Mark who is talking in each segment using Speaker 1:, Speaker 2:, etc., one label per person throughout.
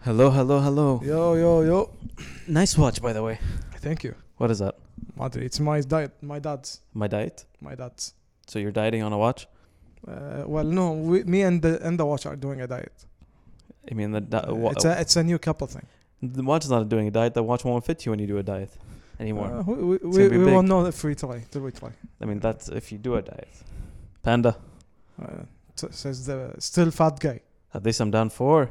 Speaker 1: Hello, hello, hello.
Speaker 2: Yo, yo, yo.
Speaker 1: Nice watch, by the way.
Speaker 2: Thank you.
Speaker 1: What is that?
Speaker 2: Madre, it's my diet, my dad's,
Speaker 1: My diet?
Speaker 2: my dad's.
Speaker 1: So you're dieting on a watch?
Speaker 2: Uh, well, no, we, me and the and the watch are doing a diet.
Speaker 1: I mean, the, di- wa-
Speaker 2: it's a it's a new couple thing.
Speaker 1: the watch is not doing a diet. The watch won't fit you when you do a diet anymore.
Speaker 2: Uh, we we,
Speaker 1: It's gonna
Speaker 2: we,
Speaker 1: be
Speaker 2: we
Speaker 1: big.
Speaker 2: won't know if we try. Till we try.
Speaker 1: I mean, that's if you do a diet. Panda,
Speaker 2: Uh, t- says the still fat guy.
Speaker 1: at least I'm down four.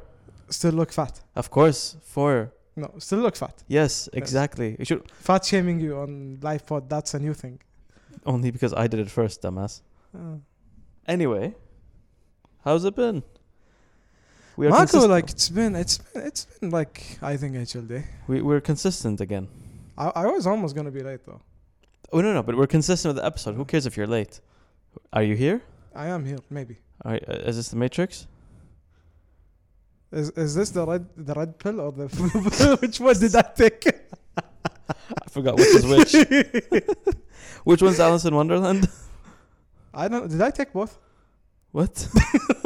Speaker 2: Still look fat.
Speaker 1: Of course, four.
Speaker 2: No, still look fat.
Speaker 1: Yes, exactly. You should
Speaker 2: Fat shaming you on live pod. That's a new thing.
Speaker 1: only because I did it first, dumbass.
Speaker 2: Uh,
Speaker 1: Anyway, how's it been? We
Speaker 2: Marco,
Speaker 1: consist-
Speaker 2: like it's been it's been it's been like I think a chill day.
Speaker 1: we, we're consistent again.
Speaker 2: I I was almost gonna be late though.
Speaker 1: Oh no, no, but we're consistent with the episode. Who cares if you're late? Are you here?
Speaker 2: I am here. Maybe
Speaker 1: Are, uh, is this the Matrix?
Speaker 2: is is this the red the red pill or the which one did I take?
Speaker 1: I forgot which is which. which one's Alice in Wonderland?
Speaker 2: I don't. Did I take both?
Speaker 1: What?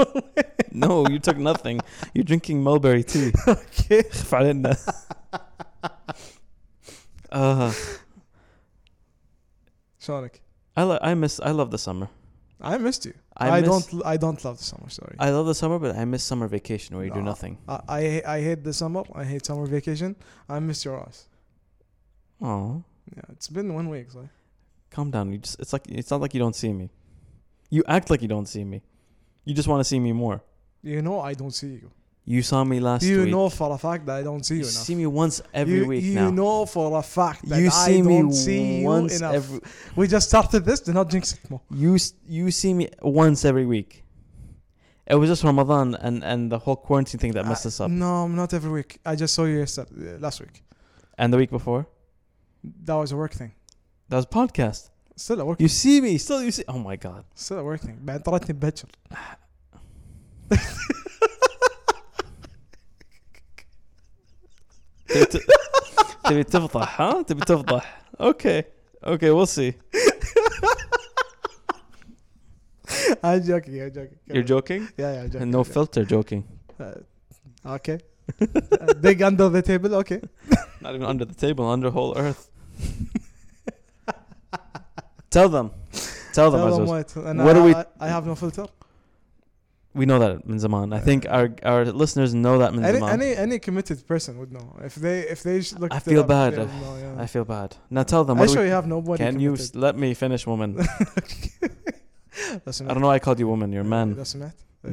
Speaker 1: no, you took nothing. You're drinking mulberry tea.
Speaker 2: Okay.
Speaker 1: خف علينا.
Speaker 2: Uh-huh.
Speaker 1: uh,
Speaker 2: Sonic,
Speaker 1: I li- I miss I love the summer.
Speaker 2: I missed you. I,
Speaker 1: I, miss,
Speaker 2: don't. I don't love the summer. Sorry. I,
Speaker 1: I love the summer, but I miss summer vacation where you do
Speaker 2: Nah.
Speaker 1: nothing.
Speaker 2: I I hate the summer. I hate summer vacation. I miss your ass.
Speaker 1: Oh,
Speaker 2: Yeah, it's been one week. So
Speaker 1: calm down. You just it's like it's not like you don't see me. You act like you don't see me. You just want to see me more.
Speaker 2: you know I don't see you.
Speaker 1: You saw me last
Speaker 2: you
Speaker 1: week.
Speaker 2: know for a fact that I don't see you,
Speaker 1: you
Speaker 2: enough.
Speaker 1: see me once every
Speaker 2: you,
Speaker 1: week
Speaker 2: you
Speaker 1: now.
Speaker 2: know for a fact that
Speaker 1: you
Speaker 2: I
Speaker 1: see
Speaker 2: don't
Speaker 1: me
Speaker 2: see
Speaker 1: once
Speaker 2: you enough.
Speaker 1: every
Speaker 2: we just started this. Do not jinx it more.
Speaker 1: You s- you see me once every week. It was just Ramadan and and the whole quarantine thing that messed
Speaker 2: I-
Speaker 1: us up.
Speaker 2: No, not every week. I just saw you yesterday, uh, last week.
Speaker 1: And the week before,
Speaker 2: That was a work thing.
Speaker 1: that was podcast.
Speaker 2: Still a work.
Speaker 1: You see me still. You see. Oh my god.
Speaker 2: Still a work thing. بعد طلعتني ببكر.
Speaker 1: تبي ت- تبي تفضح ها؟ تبي تفضح. Okay. Okay. We'll see.
Speaker 2: I'm joking. I'm joking.
Speaker 1: You're joking.
Speaker 2: Yeah, yeah. I'm joking,
Speaker 1: And no
Speaker 2: I'm joking.
Speaker 1: filter joking.
Speaker 2: Uh, okay. Uh, dig under the table. Okay.
Speaker 1: Not even under the table. Under whole earth. Tell them. Tell them.
Speaker 2: Tell them
Speaker 1: Azoz.
Speaker 2: what. And
Speaker 1: What
Speaker 2: I,
Speaker 1: do we-
Speaker 2: I, I have no filter.
Speaker 1: We know that من زمان. I think our our listeners know that من
Speaker 2: Any,
Speaker 1: زمان.
Speaker 2: any any committed person would know if they if they sh- looked.
Speaker 1: I
Speaker 2: it
Speaker 1: feel
Speaker 2: up,
Speaker 1: bad.
Speaker 2: they'll know, yeah.
Speaker 1: I feel bad. Now tell them.
Speaker 2: I
Speaker 1: What do
Speaker 2: sure
Speaker 1: we,
Speaker 2: you have nobody.
Speaker 1: can you s- let me finish, woman? I don't know. why I called you woman. You're a man.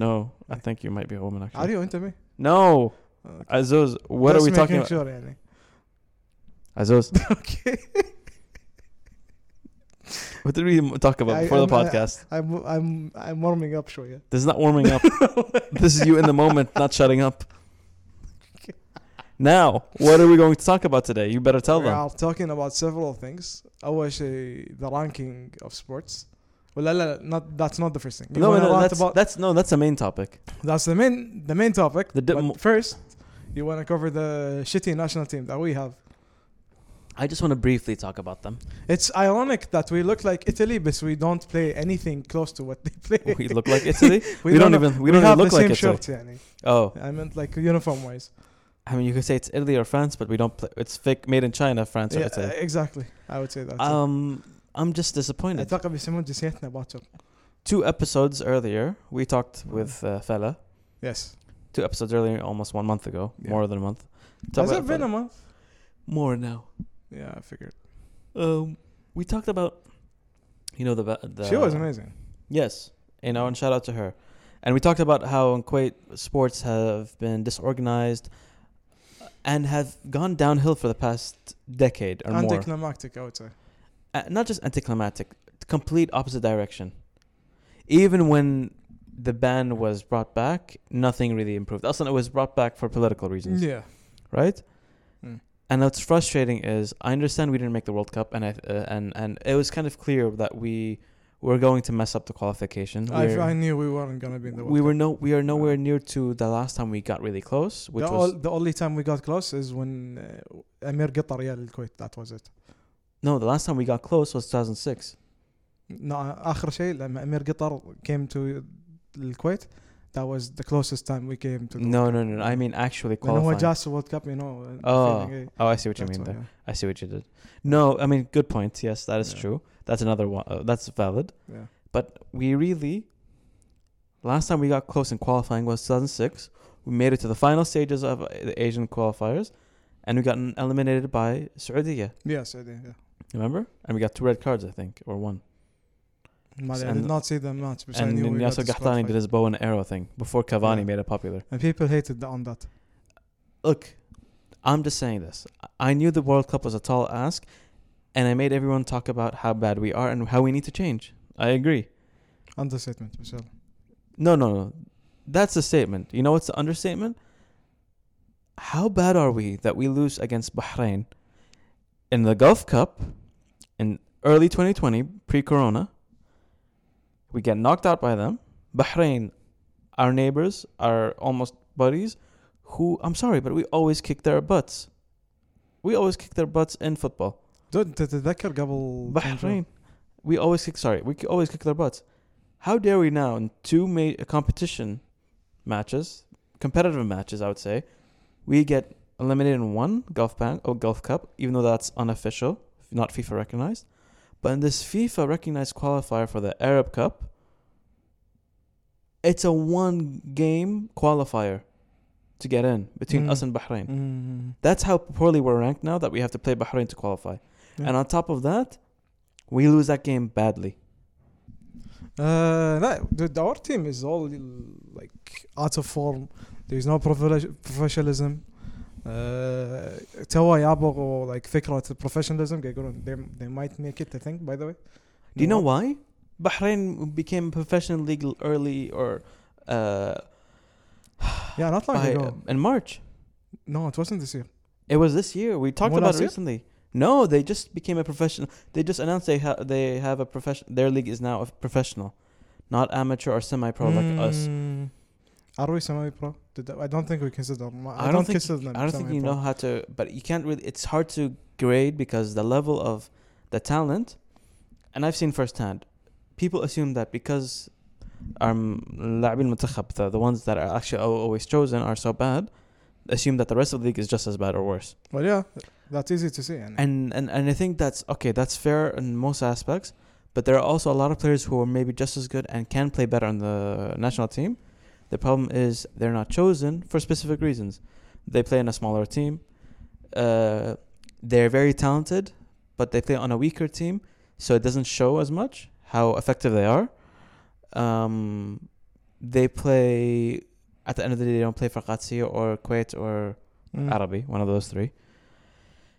Speaker 1: No, I think you might be a woman
Speaker 2: Are
Speaker 1: actually.
Speaker 2: you into me?
Speaker 1: No, Azuz. What are we talking about?
Speaker 2: Sure, يعني.
Speaker 1: Azuz,
Speaker 2: Okay.
Speaker 1: what did we m- talk about
Speaker 2: I- uh,
Speaker 1: before the
Speaker 2: I'm- I-
Speaker 1: podcast?
Speaker 2: I'm I'm I'm warming up شوية.
Speaker 1: This is not warming up. this is you in the moment, not shutting up. Now, what are we going to talk about today? You better tell
Speaker 2: we
Speaker 1: them.
Speaker 2: are talking about several things. أول شيء the ranking of sports. ولا لا لا not that's not the first thing. You
Speaker 1: No,
Speaker 2: wanna
Speaker 1: no,
Speaker 2: rant
Speaker 1: that's
Speaker 2: about,
Speaker 1: that's no, that's the main topic.
Speaker 2: that's the main the main topic.
Speaker 1: The di-
Speaker 2: but
Speaker 1: mo-
Speaker 2: first you want to cover the shitty national team that we have.
Speaker 1: I just want to briefly talk about them.
Speaker 2: It's ironic that we look like Italy, but we don't play anything close to what they play.
Speaker 1: We look like Italy.
Speaker 2: We
Speaker 1: we, don't,
Speaker 2: don't
Speaker 1: even we,
Speaker 2: We
Speaker 1: don't even
Speaker 2: have
Speaker 1: look
Speaker 2: the
Speaker 1: like
Speaker 2: same
Speaker 1: Italy.
Speaker 2: shirt, يعني.
Speaker 1: Oh,
Speaker 2: I meant like uniform wise.
Speaker 1: I mean, you could say it's Italy or France, but we don't play. It's fake, made in China, France or
Speaker 2: Yeah,
Speaker 1: Italy.
Speaker 2: exactly. I would say that. too.
Speaker 1: Um, I'm just disappointed.
Speaker 2: اتوقع بيسمون جنسيتنا باكر.
Speaker 1: Two episodes earlier, we talked with uh, Fella.
Speaker 2: Yes.
Speaker 1: Two episodes earlier, almost one month ago,
Speaker 2: Yeah.
Speaker 1: more than a month. Talked
Speaker 2: Has
Speaker 1: about
Speaker 2: it been
Speaker 1: Fella.
Speaker 2: a month?
Speaker 1: more now?
Speaker 2: Yeah, I figured.
Speaker 1: Um, we talked about, you know, the va- the.
Speaker 2: she was amazing.
Speaker 1: Yes, you know, and shout out to her. And we talked about how in Kuwait sports have been disorganized, uh, and have gone downhill for the past decade or more.
Speaker 2: Anticlimactic, I would say.
Speaker 1: uh, not just anticlimactic, complete opposite direction. Even when the ban was brought back, nothing really improved. Also, it was brought back for political reasons,
Speaker 2: Yeah.
Speaker 1: right?
Speaker 2: Mm.
Speaker 1: And what's frustrating is I understand we didn't make the World Cup, and I uh, and and it was kind of clear that we were going to mess up the qualification.
Speaker 2: I,
Speaker 1: We're-
Speaker 2: I knew we weren't going to be in the World
Speaker 1: we
Speaker 2: Cup.
Speaker 1: were no, we are nowhere near to the last time we got really close, which
Speaker 2: the,
Speaker 1: was
Speaker 2: ol- the only time we got close is when uh, Amir قطع ريال الكويت. That was it.
Speaker 1: no, the last time we got close was 2006.
Speaker 2: uh, No, آخر شيء لما أمير قطر came to الكويت that was the closest time we came to the
Speaker 1: No, no, no, no. I mean actually
Speaker 2: when هو
Speaker 1: qualifying.
Speaker 2: جاء the World Cup you know and the
Speaker 1: oh,
Speaker 2: feeling, eh,
Speaker 1: oh, I see what you
Speaker 2: that's
Speaker 1: mean
Speaker 2: why,
Speaker 1: there.
Speaker 2: yeah.
Speaker 1: I see what you did. No, I mean good point. Yes, that is
Speaker 2: Yeah.
Speaker 1: true. That's another one. Uh, that's valid.
Speaker 2: Yeah.
Speaker 1: But we really last time we got close in qualifying was 2006. We made it to the final stages of uh, the Asian qualifiers, and we got eliminated by Saudiya.
Speaker 2: Yes, I did. Yeah.
Speaker 1: Remember? And we got two red cards, I think, or one.
Speaker 2: Mali, I
Speaker 1: And-
Speaker 2: did not see the match. because I
Speaker 1: and
Speaker 2: knew
Speaker 1: then
Speaker 2: we got
Speaker 1: Yasser Gahtani did
Speaker 2: disqualified.
Speaker 1: his bow and arrow thing before Cavani
Speaker 2: Yeah.
Speaker 1: made it popular.
Speaker 2: And people hated the, on that.
Speaker 1: Look, I'm just saying this. I knew the World Cup was a tall ask, and I made everyone talk about how bad we are and how we need to change. I agree.
Speaker 2: Understatement, Michelle.
Speaker 1: No, no, no. That's a statement. You know what's the understatement? How bad are we that we lose against Bahrain in the Gulf Cup in early 2020, pre corona? We get knocked out by them. Bahrain, our neighbors, our almost buddies, who, I'm sorry, but we always kick their butts. We always kick their butts in football.
Speaker 2: Don't تتذكر قبل كم جو-
Speaker 1: Bahrain. We always kick. Sorry, we ki- always kick their butts. How dare we now in two ma- uh, competition matches, competitive matches, I would say, we get eliminated in one Gulf Pan or Gulf Cup, even though that's unofficial, not FIFA recognized. But in this FIFA recognized qualifier for the Arab Cup, it's a one game qualifier to get in between
Speaker 2: Mm.
Speaker 1: us and Bahrain.
Speaker 2: Mm.
Speaker 1: That's how poorly we're ranked now that we have to play Bahrain to qualify.
Speaker 2: Yeah.
Speaker 1: And on top of that, we lose that game badly.
Speaker 2: Uh, no, dude, our team is all like out of form. There's no profes- professionalism. Uh, توا يابغوا like فكرة professionalism. They, gonna- they, they might make it, I think, by the way.
Speaker 1: Do you know why? Bahrain became professional league early or uh,
Speaker 2: Yeah, not long
Speaker 1: by- um, uh,
Speaker 2: ago.
Speaker 1: in March.
Speaker 2: No, it wasn't this year.
Speaker 1: It was this year. We talked
Speaker 2: More
Speaker 1: about
Speaker 2: last
Speaker 1: it
Speaker 2: year?
Speaker 1: recently. No, they just became a professional. They just announced they ha- they have a profession. Their league is now a professional, not amateur or semi-pro like us.
Speaker 2: Mm. Are we semi-pro? Did I I don't think we consider. them. I,
Speaker 1: I don't
Speaker 2: don't
Speaker 1: think-
Speaker 2: consider them.
Speaker 1: I don't think you
Speaker 2: semi-pro.
Speaker 1: know how to, but you can't really. It's hard to grade because the level of the talent, and I've seen firsthand, people assume that because our لاعبين المنتخب, the, the ones that are actually al- always chosen, are so bad, assume that the rest of the league is just as bad or worse.
Speaker 2: Well, yeah, that's easy to see. And,
Speaker 1: And and and I think that's okay. That's fair in most aspects, but there are also a lot of players who are maybe just as good and can play better on the national team. The problem is they're not chosen for specific reasons. They play in a smaller team. Uh, they're very talented, but they play on a weaker team, so it doesn't show as much how effective they are. Um, they play at the end of the day. They don't play for Qatar or Kuwait or
Speaker 2: Mm.
Speaker 1: Arabi, one of those three.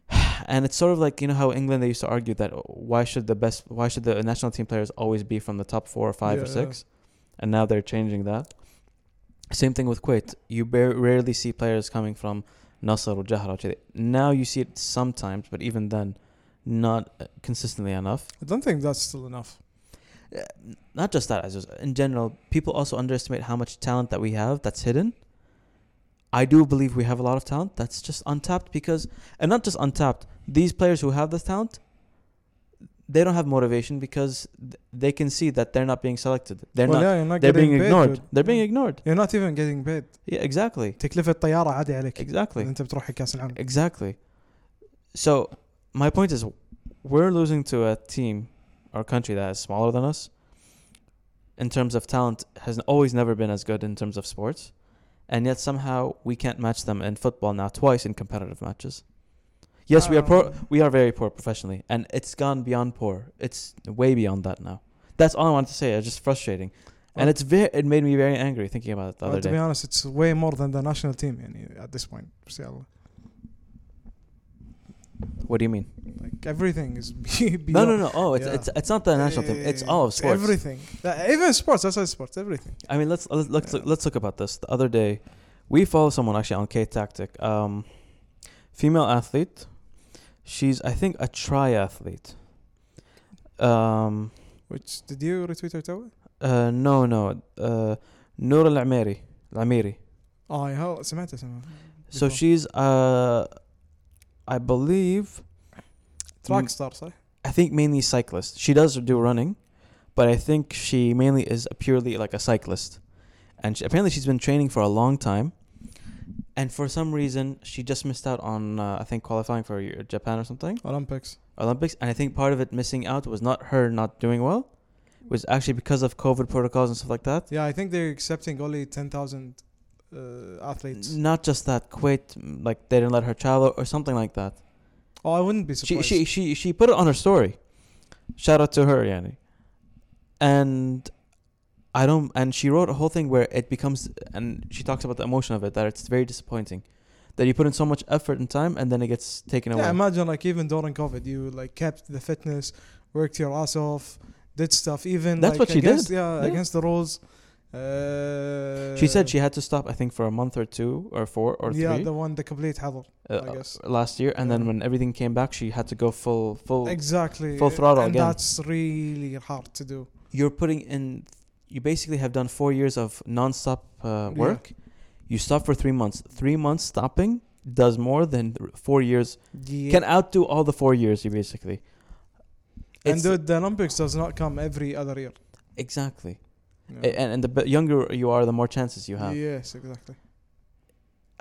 Speaker 1: And it's sort of like you know how England they used to argue that uh, why should the best why should the national team players always be from the top four or five or
Speaker 2: Yeah, yeah.
Speaker 1: six, and now they're changing that. Same thing with Kuwait. You bar- rarely see players coming from Nasser or Jahra. Now you see it sometimes, but even then, not uh, consistently enough.
Speaker 2: I don't think that's still enough.
Speaker 1: Uh, Not just that, as just in general, people also underestimate how much talent that we have that's hidden. I do believe we have a lot of talent that's just untapped because, and not just untapped. These players who have this talent, they don't have motivation because th- they can see that they're not being selected. They're
Speaker 2: well,
Speaker 1: not.
Speaker 2: yeah, you're not
Speaker 1: They're
Speaker 2: getting
Speaker 1: being
Speaker 2: paid,
Speaker 1: ignored.
Speaker 2: dude.
Speaker 1: They're being ignored.
Speaker 2: You're not even getting paid.
Speaker 1: Yeah, exactly,
Speaker 2: تكلفة الطيارة عادي عليك.
Speaker 1: exactly.
Speaker 2: انت بتروح كاس العالم.
Speaker 1: Exactly. So my point is, we're losing to a team or country that is smaller than us. In terms of talent, has always never been as good in terms of sports, and yet somehow we can't match them in football now twice in competitive matches. Yes, we are poor.
Speaker 2: Um,
Speaker 1: We are very poor professionally, and it's gone beyond poor. It's way beyond that now. That's all I wanted to say. It's just frustrating, and
Speaker 2: Uh,
Speaker 1: it's very. It made me very angry thinking about it the other
Speaker 2: But to be
Speaker 1: day.
Speaker 2: honest, it's way more than the national team يعني at this point. بس يلا.
Speaker 1: What do you mean?
Speaker 2: Like everything is be-
Speaker 1: No,
Speaker 2: beyond-
Speaker 1: no, no. Oh, it's
Speaker 2: Yeah. Eh,
Speaker 1: it's it's not the national team. It's all of
Speaker 2: It's
Speaker 1: sports.
Speaker 2: Everything. Uh, even sports, outside sports, everything.
Speaker 1: I mean, let's let's let's,
Speaker 2: Yeah.
Speaker 1: let's look about this. The other day, we follow someone actually on K Tactic. Um, female athlete. She's I think a triathlete. Um,
Speaker 2: Which did you retweet her توي؟
Speaker 1: uh, no, no, uh, Noor Al Amiri, Amiri.
Speaker 2: اه يا هو- سمعتها سمعتها.
Speaker 1: So
Speaker 2: Before.
Speaker 1: she's uh, I believe
Speaker 2: تراك ستار صح؟
Speaker 1: I think mainly cyclist. She does do running, but I think she mainly is a purely like a cyclist. and she, apparently she's been training for a long time. And for some reason, she just missed out on uh, I think qualifying for Eu- Japan or something
Speaker 2: Olympics.
Speaker 1: Olympics. And I think part of it missing out was not her not doing well, it was actually because of COVID protocols and stuff like that.
Speaker 2: Yeah, I think they're accepting only 10,000 uh, athletes.
Speaker 1: Not just that, Kuwait mm, like they didn't let her travel or something like that.
Speaker 2: Oh, I wouldn't be
Speaker 1: She
Speaker 2: surprised.
Speaker 1: she she she put it on her story. Shout out to her, Yani. And I don't and she wrote a whole thing where it becomes and she talks about the emotion of it that it's very disappointing. That you put in so much effort and time and then it gets taken away.
Speaker 2: yeah, imagine like even during COVID, you like kept the fitness, worked your ass off, did stuff. Even
Speaker 1: That's
Speaker 2: like,
Speaker 1: what she
Speaker 2: against,
Speaker 1: did.
Speaker 2: Yeah,
Speaker 1: Yeah.
Speaker 2: against the rules. Uh,
Speaker 1: she said she had to stop I think for a month or two or four or three
Speaker 2: Yeah, the one the complete hazard. I
Speaker 1: uh,
Speaker 2: guess.
Speaker 1: last year and then
Speaker 2: Yeah.
Speaker 1: when everything came back she had to go full full
Speaker 2: Exactly.
Speaker 1: full throttle
Speaker 2: and
Speaker 1: again.
Speaker 2: That's really hard to do.
Speaker 1: you're putting in you basically have done four years of nonstop uh,
Speaker 2: Yeah.
Speaker 1: work you stop for three months three months stopping does more than th- four years
Speaker 2: Yeah.
Speaker 1: can outdo all the four years you basically
Speaker 2: and
Speaker 1: It's-
Speaker 2: dude, the Olympics does not come every other year.
Speaker 1: exactly
Speaker 2: Yeah.
Speaker 1: A- and, and the b- younger you are the more chances you have
Speaker 2: Yes, exactly.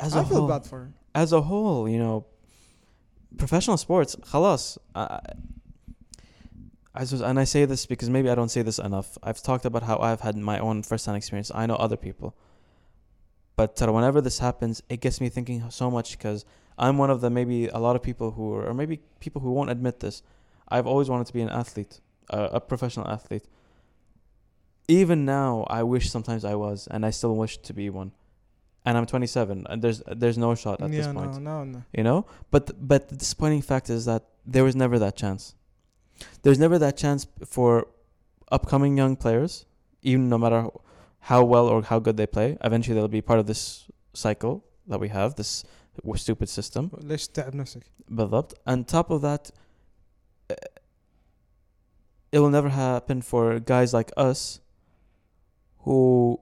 Speaker 1: as a
Speaker 2: I feel
Speaker 1: whole
Speaker 2: bad for her.
Speaker 1: as a whole you know professional sports خلاص I, I suppose, and I say this because maybe I don't say this enough. I've talked about how I've had my own first-hand experience. I know other people, but uh, whenever this happens, it gets me thinking so much because I'm one of the maybe a lot of people who, are, or maybe people who won't admit this. I've always wanted to be an athlete, uh, a professional athlete. Even now, I wish sometimes I was, and I still wish to be one. And I'm 27, and there's there's no shot at this
Speaker 2: Yeah,
Speaker 1: point
Speaker 2: no, no, no.
Speaker 1: you know but th- but the disappointing fact is that there was never that chance there's never that chance for upcoming young players even no matter ho- how well or how good they play eventually they'll be part of this cycle that we have this w- stupid system
Speaker 2: ليش تتعب نفسك؟
Speaker 1: بالضبط on top of that uh, it will never happen for guys like us who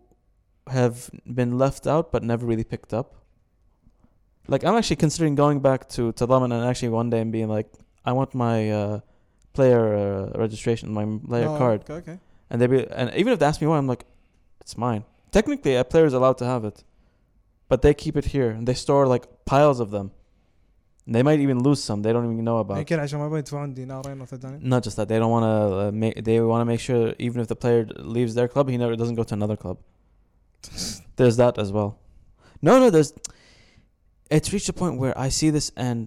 Speaker 1: have been left out but never really picked up like i'm actually considering going back to Tadaman and actually one day and being like i want my uh, player uh, registration my player
Speaker 2: Oh,
Speaker 1: card
Speaker 2: Okay, okay.
Speaker 1: and they be and even if they ask me why i'm like it's mine technically a player is allowed to have it but they keep it here and they store like piles of them And they might even lose some they don't even know about
Speaker 2: يمكن عشان ما يبغى يدفعون دينارين ولا دينارين.
Speaker 1: not just that they don't want to uh, make they want to make sure even if the player leaves their club he never doesn't go to another club there's that as well no no there's it's reached a point where i see this and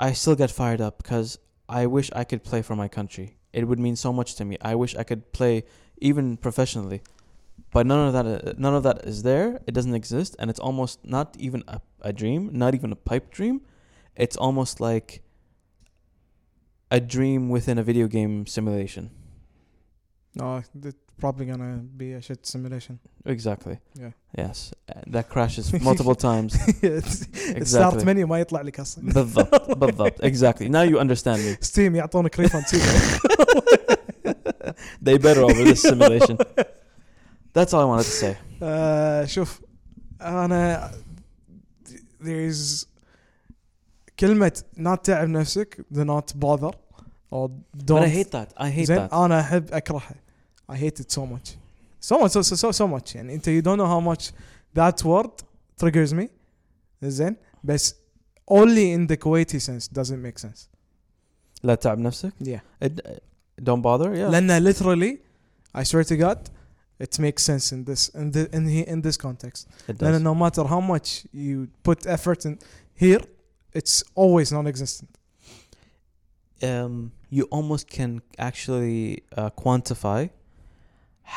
Speaker 1: i still get fired up because i wish i could play for my country it would mean so much to me i wish i could play even professionally but none of that uh, none of that is there it doesn't exist and it's almost not even a, a dream not even a pipe dream it's almost like a dream within a video game simulation.
Speaker 2: No, it's probably gonna be a shit simulation.
Speaker 1: Exactly.
Speaker 2: Yeah.
Speaker 1: Yes. Uh, That crashes multiple times.
Speaker 2: ستارت
Speaker 1: Exactly.
Speaker 2: منيو ما يطلع لك اصلا
Speaker 1: بالضبط بالضبط. Exactly. Now you understand me.
Speaker 2: ستيم يعطونك ريفند سيزون
Speaker 1: They better over this simulation. That's all I wanted to say.
Speaker 2: شوف انا uh, there is كلمة not تعب نفسك do not bother or don't
Speaker 1: But I hate that. I hate
Speaker 2: زين
Speaker 1: that.
Speaker 2: انا احب اكرهها I hate it so much so much so, so, so, so much يعني انت you don't know how much that word triggers me زين بس only in the Kuwaiti sense doesn't make sense
Speaker 1: لا تعب نفسك.
Speaker 2: yeah
Speaker 1: It, uh, don't bother. Yeah.
Speaker 2: لان literally I swear to God it makes sense in this in the in he, in this context
Speaker 1: it does.
Speaker 2: لان no matter how much you put effort in here it's always non-existent
Speaker 1: um, you almost can actually uh, quantify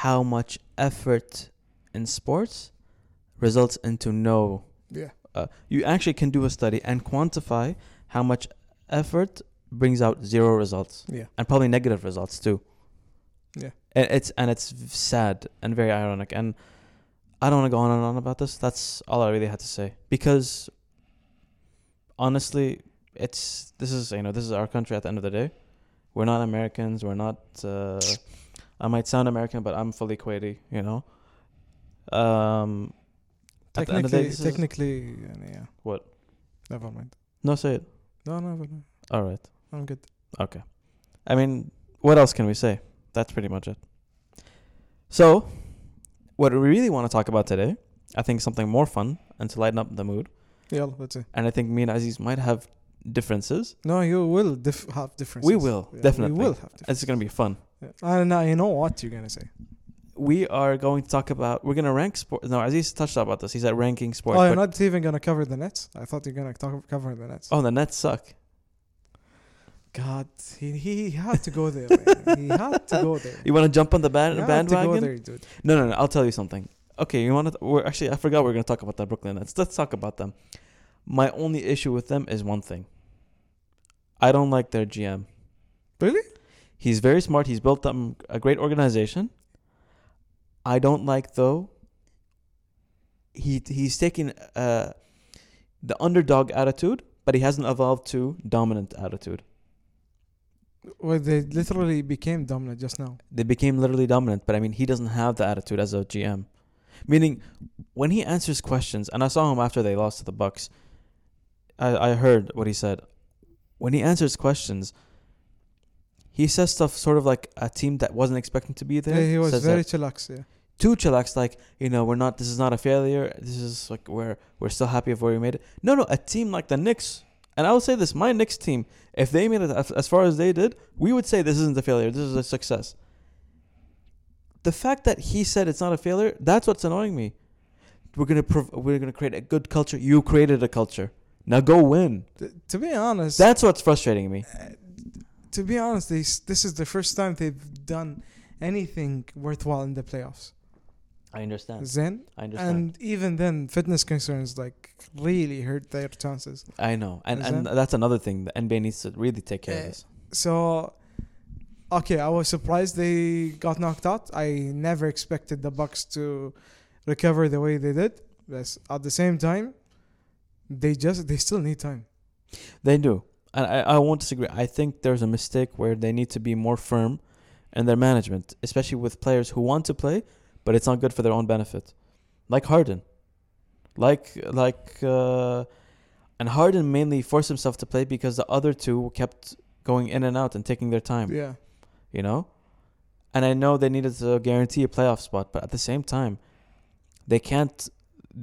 Speaker 1: how much effort in sports results into no.
Speaker 2: Yeah.
Speaker 1: Uh, you actually can do a study and quantify how much effort brings out zero results
Speaker 2: yeah
Speaker 1: and probably negative results too.
Speaker 2: Yeah.
Speaker 1: And it's and it's v- sad and very ironic and I don't want to go on and on about this. That's all I really had to say because honestly, it's this is you know this is our country at the end of the day. We're not Americans. We're not. Uh, I might sound American, but I'm fully Kuwaiti. You know. Um. At the end of the day,
Speaker 2: technically
Speaker 1: this is-
Speaker 2: technically يعني yeah
Speaker 1: What?
Speaker 2: never mind
Speaker 1: No, say it.
Speaker 2: no never mind
Speaker 1: All right.
Speaker 2: I'm good
Speaker 1: I mean, what else can we say? That's pretty much it. So, what we really want to talk about today, I think something more fun and to lighten up the mood.
Speaker 2: يلا that's it.
Speaker 1: And I think me and Aziz might have differences.
Speaker 2: No, you will dif- have differences.
Speaker 1: We will,
Speaker 2: Yeah,
Speaker 1: definitely.
Speaker 2: We will have differences.
Speaker 1: It's going to be fun.
Speaker 2: Yeah. And I know what you're gonna say.
Speaker 1: We are going to talk about, we're going to rank sports. No, Aziz touched about this. He's at ranking sports.
Speaker 2: oh,
Speaker 1: but-
Speaker 2: you're not even gonna cover the Nets. I thought you're gonna talk, cover the Nets.
Speaker 1: oh, the Nets suck.
Speaker 2: God, he he had to go there. man. he had to go there.
Speaker 1: You want to jump on the
Speaker 2: He
Speaker 1: ban-
Speaker 2: had
Speaker 1: bandwagon?
Speaker 2: To go there, dude.
Speaker 1: No, no, no. I'll tell you something. Okay, you want to? We're actually. I forgot we are gonna talk about the Brooklyn Nets. Let's talk about them. My only issue with them is one thing. I don't like their GM.
Speaker 2: Really?
Speaker 1: He's very smart. He's built up a great organization. I don't like though. He he's taking uh, the underdog attitude, but he hasn't evolved to dominant attitude.
Speaker 2: Well, they literally became dominant just now.
Speaker 1: they became literally dominant. But I mean, he doesn't have the attitude as a GM. Meaning, when he answers questions, and I saw him after they lost to the Bucks, I, I heard what he said. When he answers questions, he says stuff sort of like a team that wasn't expecting to be there.
Speaker 2: Yeah, he was
Speaker 1: says
Speaker 2: very
Speaker 1: that.
Speaker 2: chillax. Yeah.
Speaker 1: too chillax, like you know, we're not. This is not a failure. This is like we're we're still happy of where we made it. No, no, a team like the Knicks. And I will say this: my Knicks team, if they made it as as far as they did, we would say this isn't a failure. This is a success the fact that he said it's not a failure that's what's annoying me we're gonna prov- we're gonna create a good culture you created a culture now go win
Speaker 2: Th- to be honest,
Speaker 1: that's what's frustrating me
Speaker 2: to be honest, they, s- this is the first time they've done anything worthwhile in the playoffs.
Speaker 1: i understand
Speaker 2: Zen,
Speaker 1: i understand
Speaker 2: and even then, fitness concerns like really hurt their chances.
Speaker 1: i know and and
Speaker 2: Understand?
Speaker 1: that's another thing the nba needs to really take care of
Speaker 2: Eh,
Speaker 1: this
Speaker 2: So, okay, I was surprised they got knocked out. I never expected the Bucks to recover the way they did. But at the same time, they just they still need time.
Speaker 1: they do and I, I won't disagree i think there's a mistake where they need to be more firm in their management especially with players who want to play but it's not good for their own benefit like harden like like uh, and harden mainly forced himself to play because the other two kept going in and out and taking their time
Speaker 2: Yeah,
Speaker 1: you know? And I know they needed to guarantee a playoff spot, but at the same time, they can't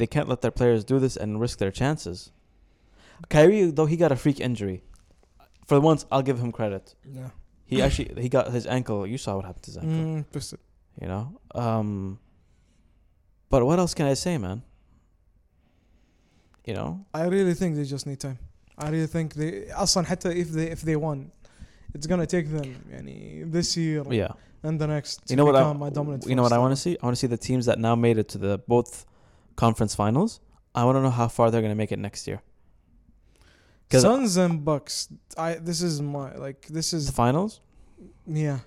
Speaker 1: they can't let their players do this and risk their chances. Kyrie, though he got a freak injury. For once, I'll give him credit.
Speaker 2: yeah.
Speaker 1: He actually he got his ankle. You saw what happened to his ankle,
Speaker 2: Mm, twisted.
Speaker 1: you know. Um, but what else can I say, man? You know,
Speaker 2: I really think they just need time. I really think they أصلا حتى if they if they won, it's gonna take them يعني this year
Speaker 1: yeah.
Speaker 2: and the next to
Speaker 1: you know what I,
Speaker 2: become a dominant
Speaker 1: you know what
Speaker 2: force.
Speaker 1: I want to see? I want to see the teams that now made it to the both conference finals. I want to know how far they're going to make it next year. 'Cause
Speaker 2: Suns and Bucks. I this is my like this
Speaker 1: The
Speaker 2: is
Speaker 1: finals.
Speaker 2: yeah.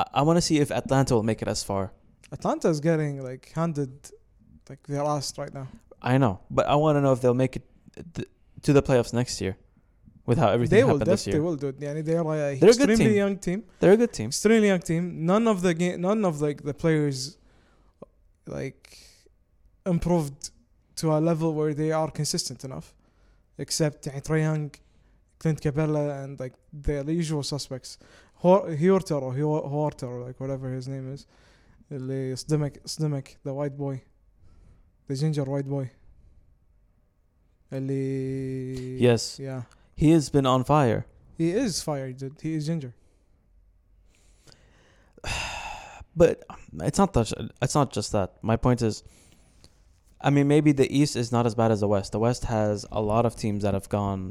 Speaker 1: I, I want to see if Atlanta will make it as far.
Speaker 2: Atlanta is getting like handed like their ass right now.
Speaker 1: I know, but I want to know if they'll make it th- to the playoffs next year with how everything
Speaker 2: they will
Speaker 1: happened this
Speaker 2: def-
Speaker 1: year.
Speaker 2: they will do it. يعني they are a
Speaker 1: They're a good
Speaker 2: extremely
Speaker 1: team.
Speaker 2: young team.
Speaker 1: They're a good team.
Speaker 2: Extremely young team. None of the game none of like the players like improved to a level where they are consistent enough. Except يعني Trae Young, Clint Capella and like the usual suspects. Hor- Huerter or Hu- Huerter or like whatever his name is. اللي صدمك صدمك the white boy. The ginger white boy. اللي
Speaker 1: Yes,
Speaker 2: Yeah.
Speaker 1: he has been on fire.
Speaker 2: He is fired, dude. He is ginger.
Speaker 1: But um, it's not that. It's not just that. My point is, I mean, maybe the East is not as bad as the West. The West has a lot of teams that have gone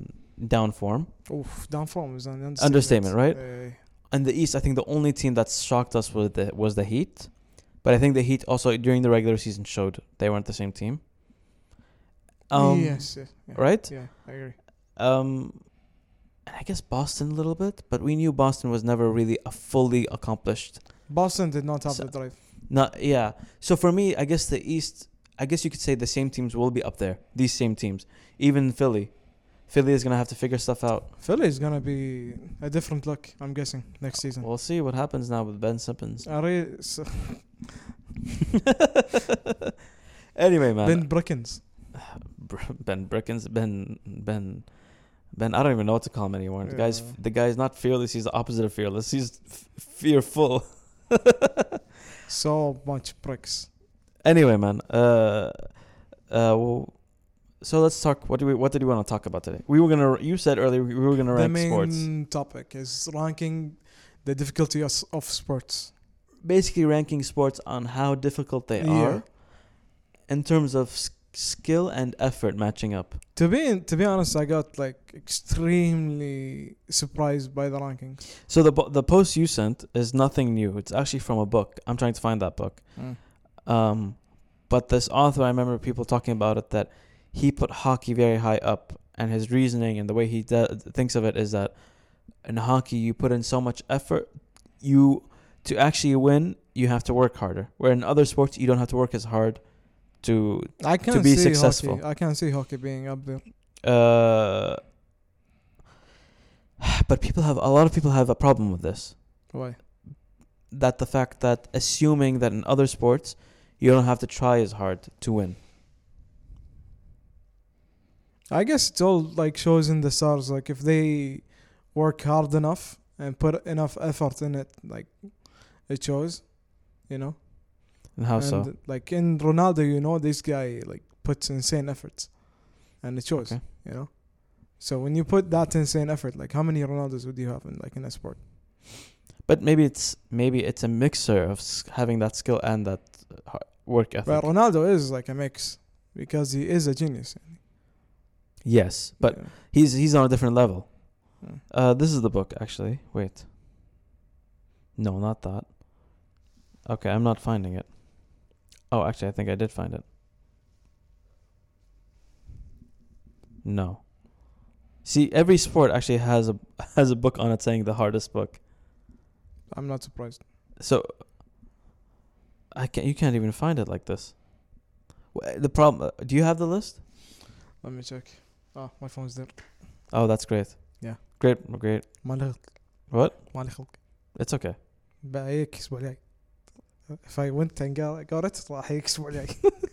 Speaker 1: down form.
Speaker 2: Oof, down from is an understatement.
Speaker 1: Understatement, right?
Speaker 2: Uh,
Speaker 1: in the East, I think the only team that shocked us was the was the Heat, but I think the Heat also during the regular season showed they weren't the same team. Um,
Speaker 2: yes, yes, yeah,
Speaker 1: right?
Speaker 2: Yeah, I agree.
Speaker 1: Um, and I guess Boston a little bit, but we knew Boston was never really a fully accomplished.
Speaker 2: Boston did not have
Speaker 1: So-
Speaker 2: the drive.
Speaker 1: Not yeah. So for me, I guess the East. I guess you could say the same teams will be up there. These same teams, even Philly. Philly is gonna have to figure stuff out.
Speaker 2: Philly is gonna be a different look. I'm guessing next season.
Speaker 1: We'll uh, see what happens now with Ben Simmons.
Speaker 2: I really, so,
Speaker 1: anyway, man.
Speaker 2: ben Brookins.
Speaker 1: Br- Ben Brickens, Ben Ben Ben. I don't even know what to call him anymore. The guy's
Speaker 2: Yeah.
Speaker 1: the guy's not fearless. He's the opposite of fearless. He's f- fearful.
Speaker 2: So much bricks.
Speaker 1: Anyway, man. Uh, uh, well, so let's talk. What do we? What did we want to talk about today? We were gonna. You said earlier we were gonna
Speaker 2: the
Speaker 1: rank
Speaker 2: main
Speaker 1: sports.
Speaker 2: topic is ranking the difficulty of, of sports.
Speaker 1: Basically, ranking sports on how difficult they
Speaker 2: Yeah.
Speaker 1: are, in terms of s- skill and effort matching up.
Speaker 2: To be to be honest, I got like extremely surprised by the rankings.
Speaker 1: So the bo- the post you sent is nothing new. It's actually from a book. I'm trying to find that book. Um, but this author, I remember people talking about it that he put hockey very high up, and his reasoning and the way he de- thinks of it is that in hockey you put in so much effort, you to actually win you have to work harder. Where in other sports you don't have to work as hard. To
Speaker 2: I can
Speaker 1: be
Speaker 2: see
Speaker 1: successful.
Speaker 2: Hockey. I can see hockey being up there.
Speaker 1: uh, but people have a lot of people have a problem with this.
Speaker 2: Why?
Speaker 1: that the fact that assuming that in other sports you don't have to try as hard to win.
Speaker 2: I guess it's all like shows in the stars. Like if they work hard enough and put enough effort in it, like it shows. You know.
Speaker 1: And how so?
Speaker 2: And, like in Ronaldo, you know, this guy like puts insane efforts, and it shows.
Speaker 1: Okay.
Speaker 2: You know, so when you put that insane effort, like how many Ronaldos would you have in like in a sport?
Speaker 1: But maybe it's maybe it's a mixer of s- having that skill and that uh, har- work ethic.
Speaker 2: But Ronaldo is like a mix because he is a genius.
Speaker 1: yes, but
Speaker 2: Yeah.
Speaker 1: he's he's on a different level.
Speaker 2: Hmm.
Speaker 1: Uh, this is the book actually. Wait. No, not that. Okay, I'm not finding it. Oh, actually, I think I did find it. No. See, every sport actually has a has a book on it saying the hardest book.
Speaker 2: I'm not surprised.
Speaker 1: So I can't. You can't even find it like this. Wh- The problem. Do you have the list?
Speaker 2: Let me check. Ah, my phone's there.
Speaker 1: Oh, that's great.
Speaker 2: Yeah.
Speaker 1: Great. Great.
Speaker 2: ما لي خلق.
Speaker 1: What?
Speaker 2: ما لي خلق.
Speaker 1: It's okay.
Speaker 2: بقيك الاسبوع الجاي. If I went and got, got it, راح يجيك الاسبوع الجاي.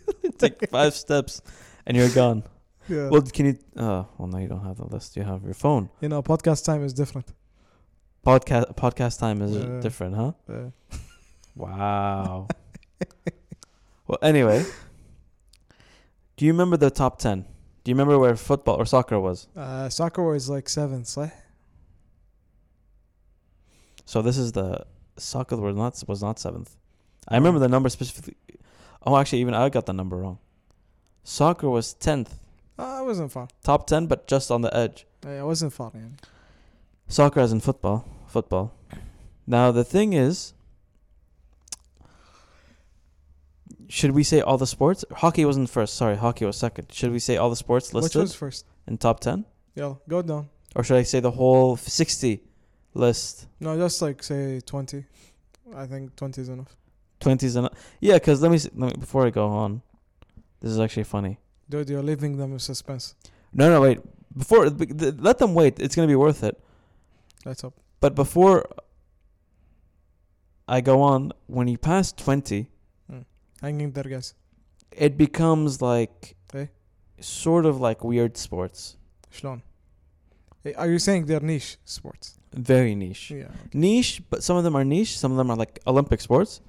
Speaker 1: Take five steps, and you're gone.
Speaker 2: Yeah.
Speaker 1: Well, can you? Uh, well, no, you don't have the list. You have your phone.
Speaker 2: you know, podcast time is different.
Speaker 1: Podcast podcast time is
Speaker 2: Yeah.
Speaker 1: different, huh?
Speaker 2: Uh,
Speaker 1: Wow. well, anyway, do you remember the top ten? Do you remember where football or soccer was?
Speaker 2: uh, soccer is like seven, صح؟
Speaker 1: So this is the soccer was not was not seventh. I remember the number specifically. Oh, actually, even I got the number wrong. Soccer was tenth,
Speaker 2: Ah, I wasn't far.
Speaker 1: top ten, but just on the edge.
Speaker 2: I wasn't far يعني.
Speaker 1: Soccer as in football. Football. Now the thing is, should we say all the sports? Hockey wasn't first. Sorry, hockey was second. Should we say all the sports
Speaker 2: Which
Speaker 1: listed
Speaker 2: was first?
Speaker 1: in top ten,
Speaker 2: Yeah, go down.
Speaker 1: or should I say the whole sixty list?
Speaker 2: No, just like say 20. I think 20 is enough.
Speaker 1: Twenties and yeah, because let me, s- let me before I go on. This is actually funny.
Speaker 2: Dude, you're leaving them in suspense.
Speaker 1: No, no, wait. Before b- th- let them wait. It's gonna be worth it.
Speaker 2: Let's hope.
Speaker 1: But before I go on, when you pass twenty,
Speaker 2: Hanging there, guys.
Speaker 1: it becomes like
Speaker 2: Eh?
Speaker 1: sort of like weird sports,
Speaker 2: شلون? Eh, Are you saying they're niche sports?
Speaker 1: very niche.
Speaker 2: Yeah.
Speaker 1: Hmm. Niche, but some of them are niche. Some of them are like Olympic sports,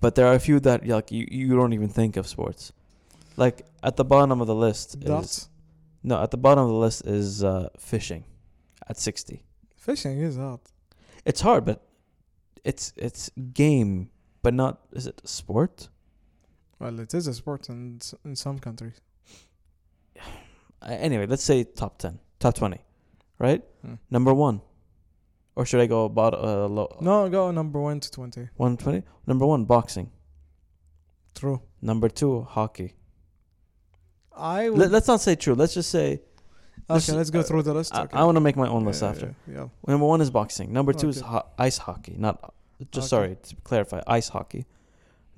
Speaker 1: but there are a few that like you you don't even think of sports. Like at the bottom of the list is
Speaker 2: Darts?
Speaker 1: no at the bottom of the list is uh, fishing, at sixty.
Speaker 2: Fishing is hard.
Speaker 1: It's hard, but it's it's game, but not is it a sport?
Speaker 2: Well, it is a sport in, s- in some countries.
Speaker 1: Uh, Anyway, let's say top ten, top twenty, right?
Speaker 2: Hmm.
Speaker 1: Number one, or should I go about uh, low?
Speaker 2: No, go number 1 to 20.
Speaker 1: 120. Number one, boxing.
Speaker 2: True.
Speaker 1: Number two, hockey.
Speaker 2: I would,
Speaker 1: Let, us not say true. Let's just say
Speaker 2: Okay, let's go through the list.
Speaker 1: I-
Speaker 2: Okay.
Speaker 1: I, want to make my own list
Speaker 2: Yeah,
Speaker 1: after.
Speaker 2: Yeah. yeah.
Speaker 1: Number one is boxing. Number two is
Speaker 2: Okay.
Speaker 1: ho- ice hockey. Not just
Speaker 2: Okay.
Speaker 1: sorry to clarify, ice hockey.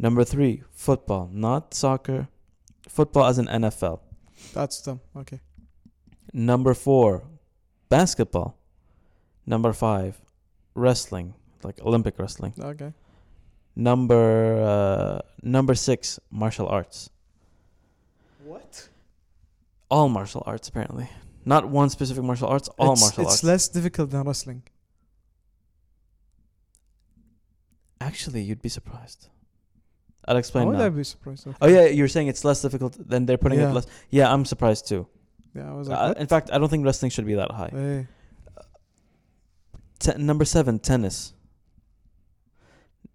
Speaker 1: Number three, football, not soccer. Football as an NFL.
Speaker 2: That's them. Okay.
Speaker 1: Number four, basketball. Number five, wrestling, like Olympic wrestling.
Speaker 2: Okay.
Speaker 1: Number uh, number six, martial arts.
Speaker 2: What?
Speaker 1: all martial arts apparently not one specific martial arts all
Speaker 2: it's,
Speaker 1: martial
Speaker 2: it's
Speaker 1: arts
Speaker 2: less difficult than wrestling.
Speaker 1: actually you'd be surprised I'll
Speaker 2: I
Speaker 1: explain
Speaker 2: would
Speaker 1: now.
Speaker 2: I be surprised? Okay.
Speaker 1: Oh yeah, you're saying it's less difficult than they're putting
Speaker 2: Yeah.
Speaker 1: it less. Yeah, I'm surprised too.
Speaker 2: Yeah, I was
Speaker 1: Uh,
Speaker 2: like,
Speaker 1: in fact, I don't think wrestling should be that high.
Speaker 2: what? Hey.
Speaker 1: Te- number seven, tennis.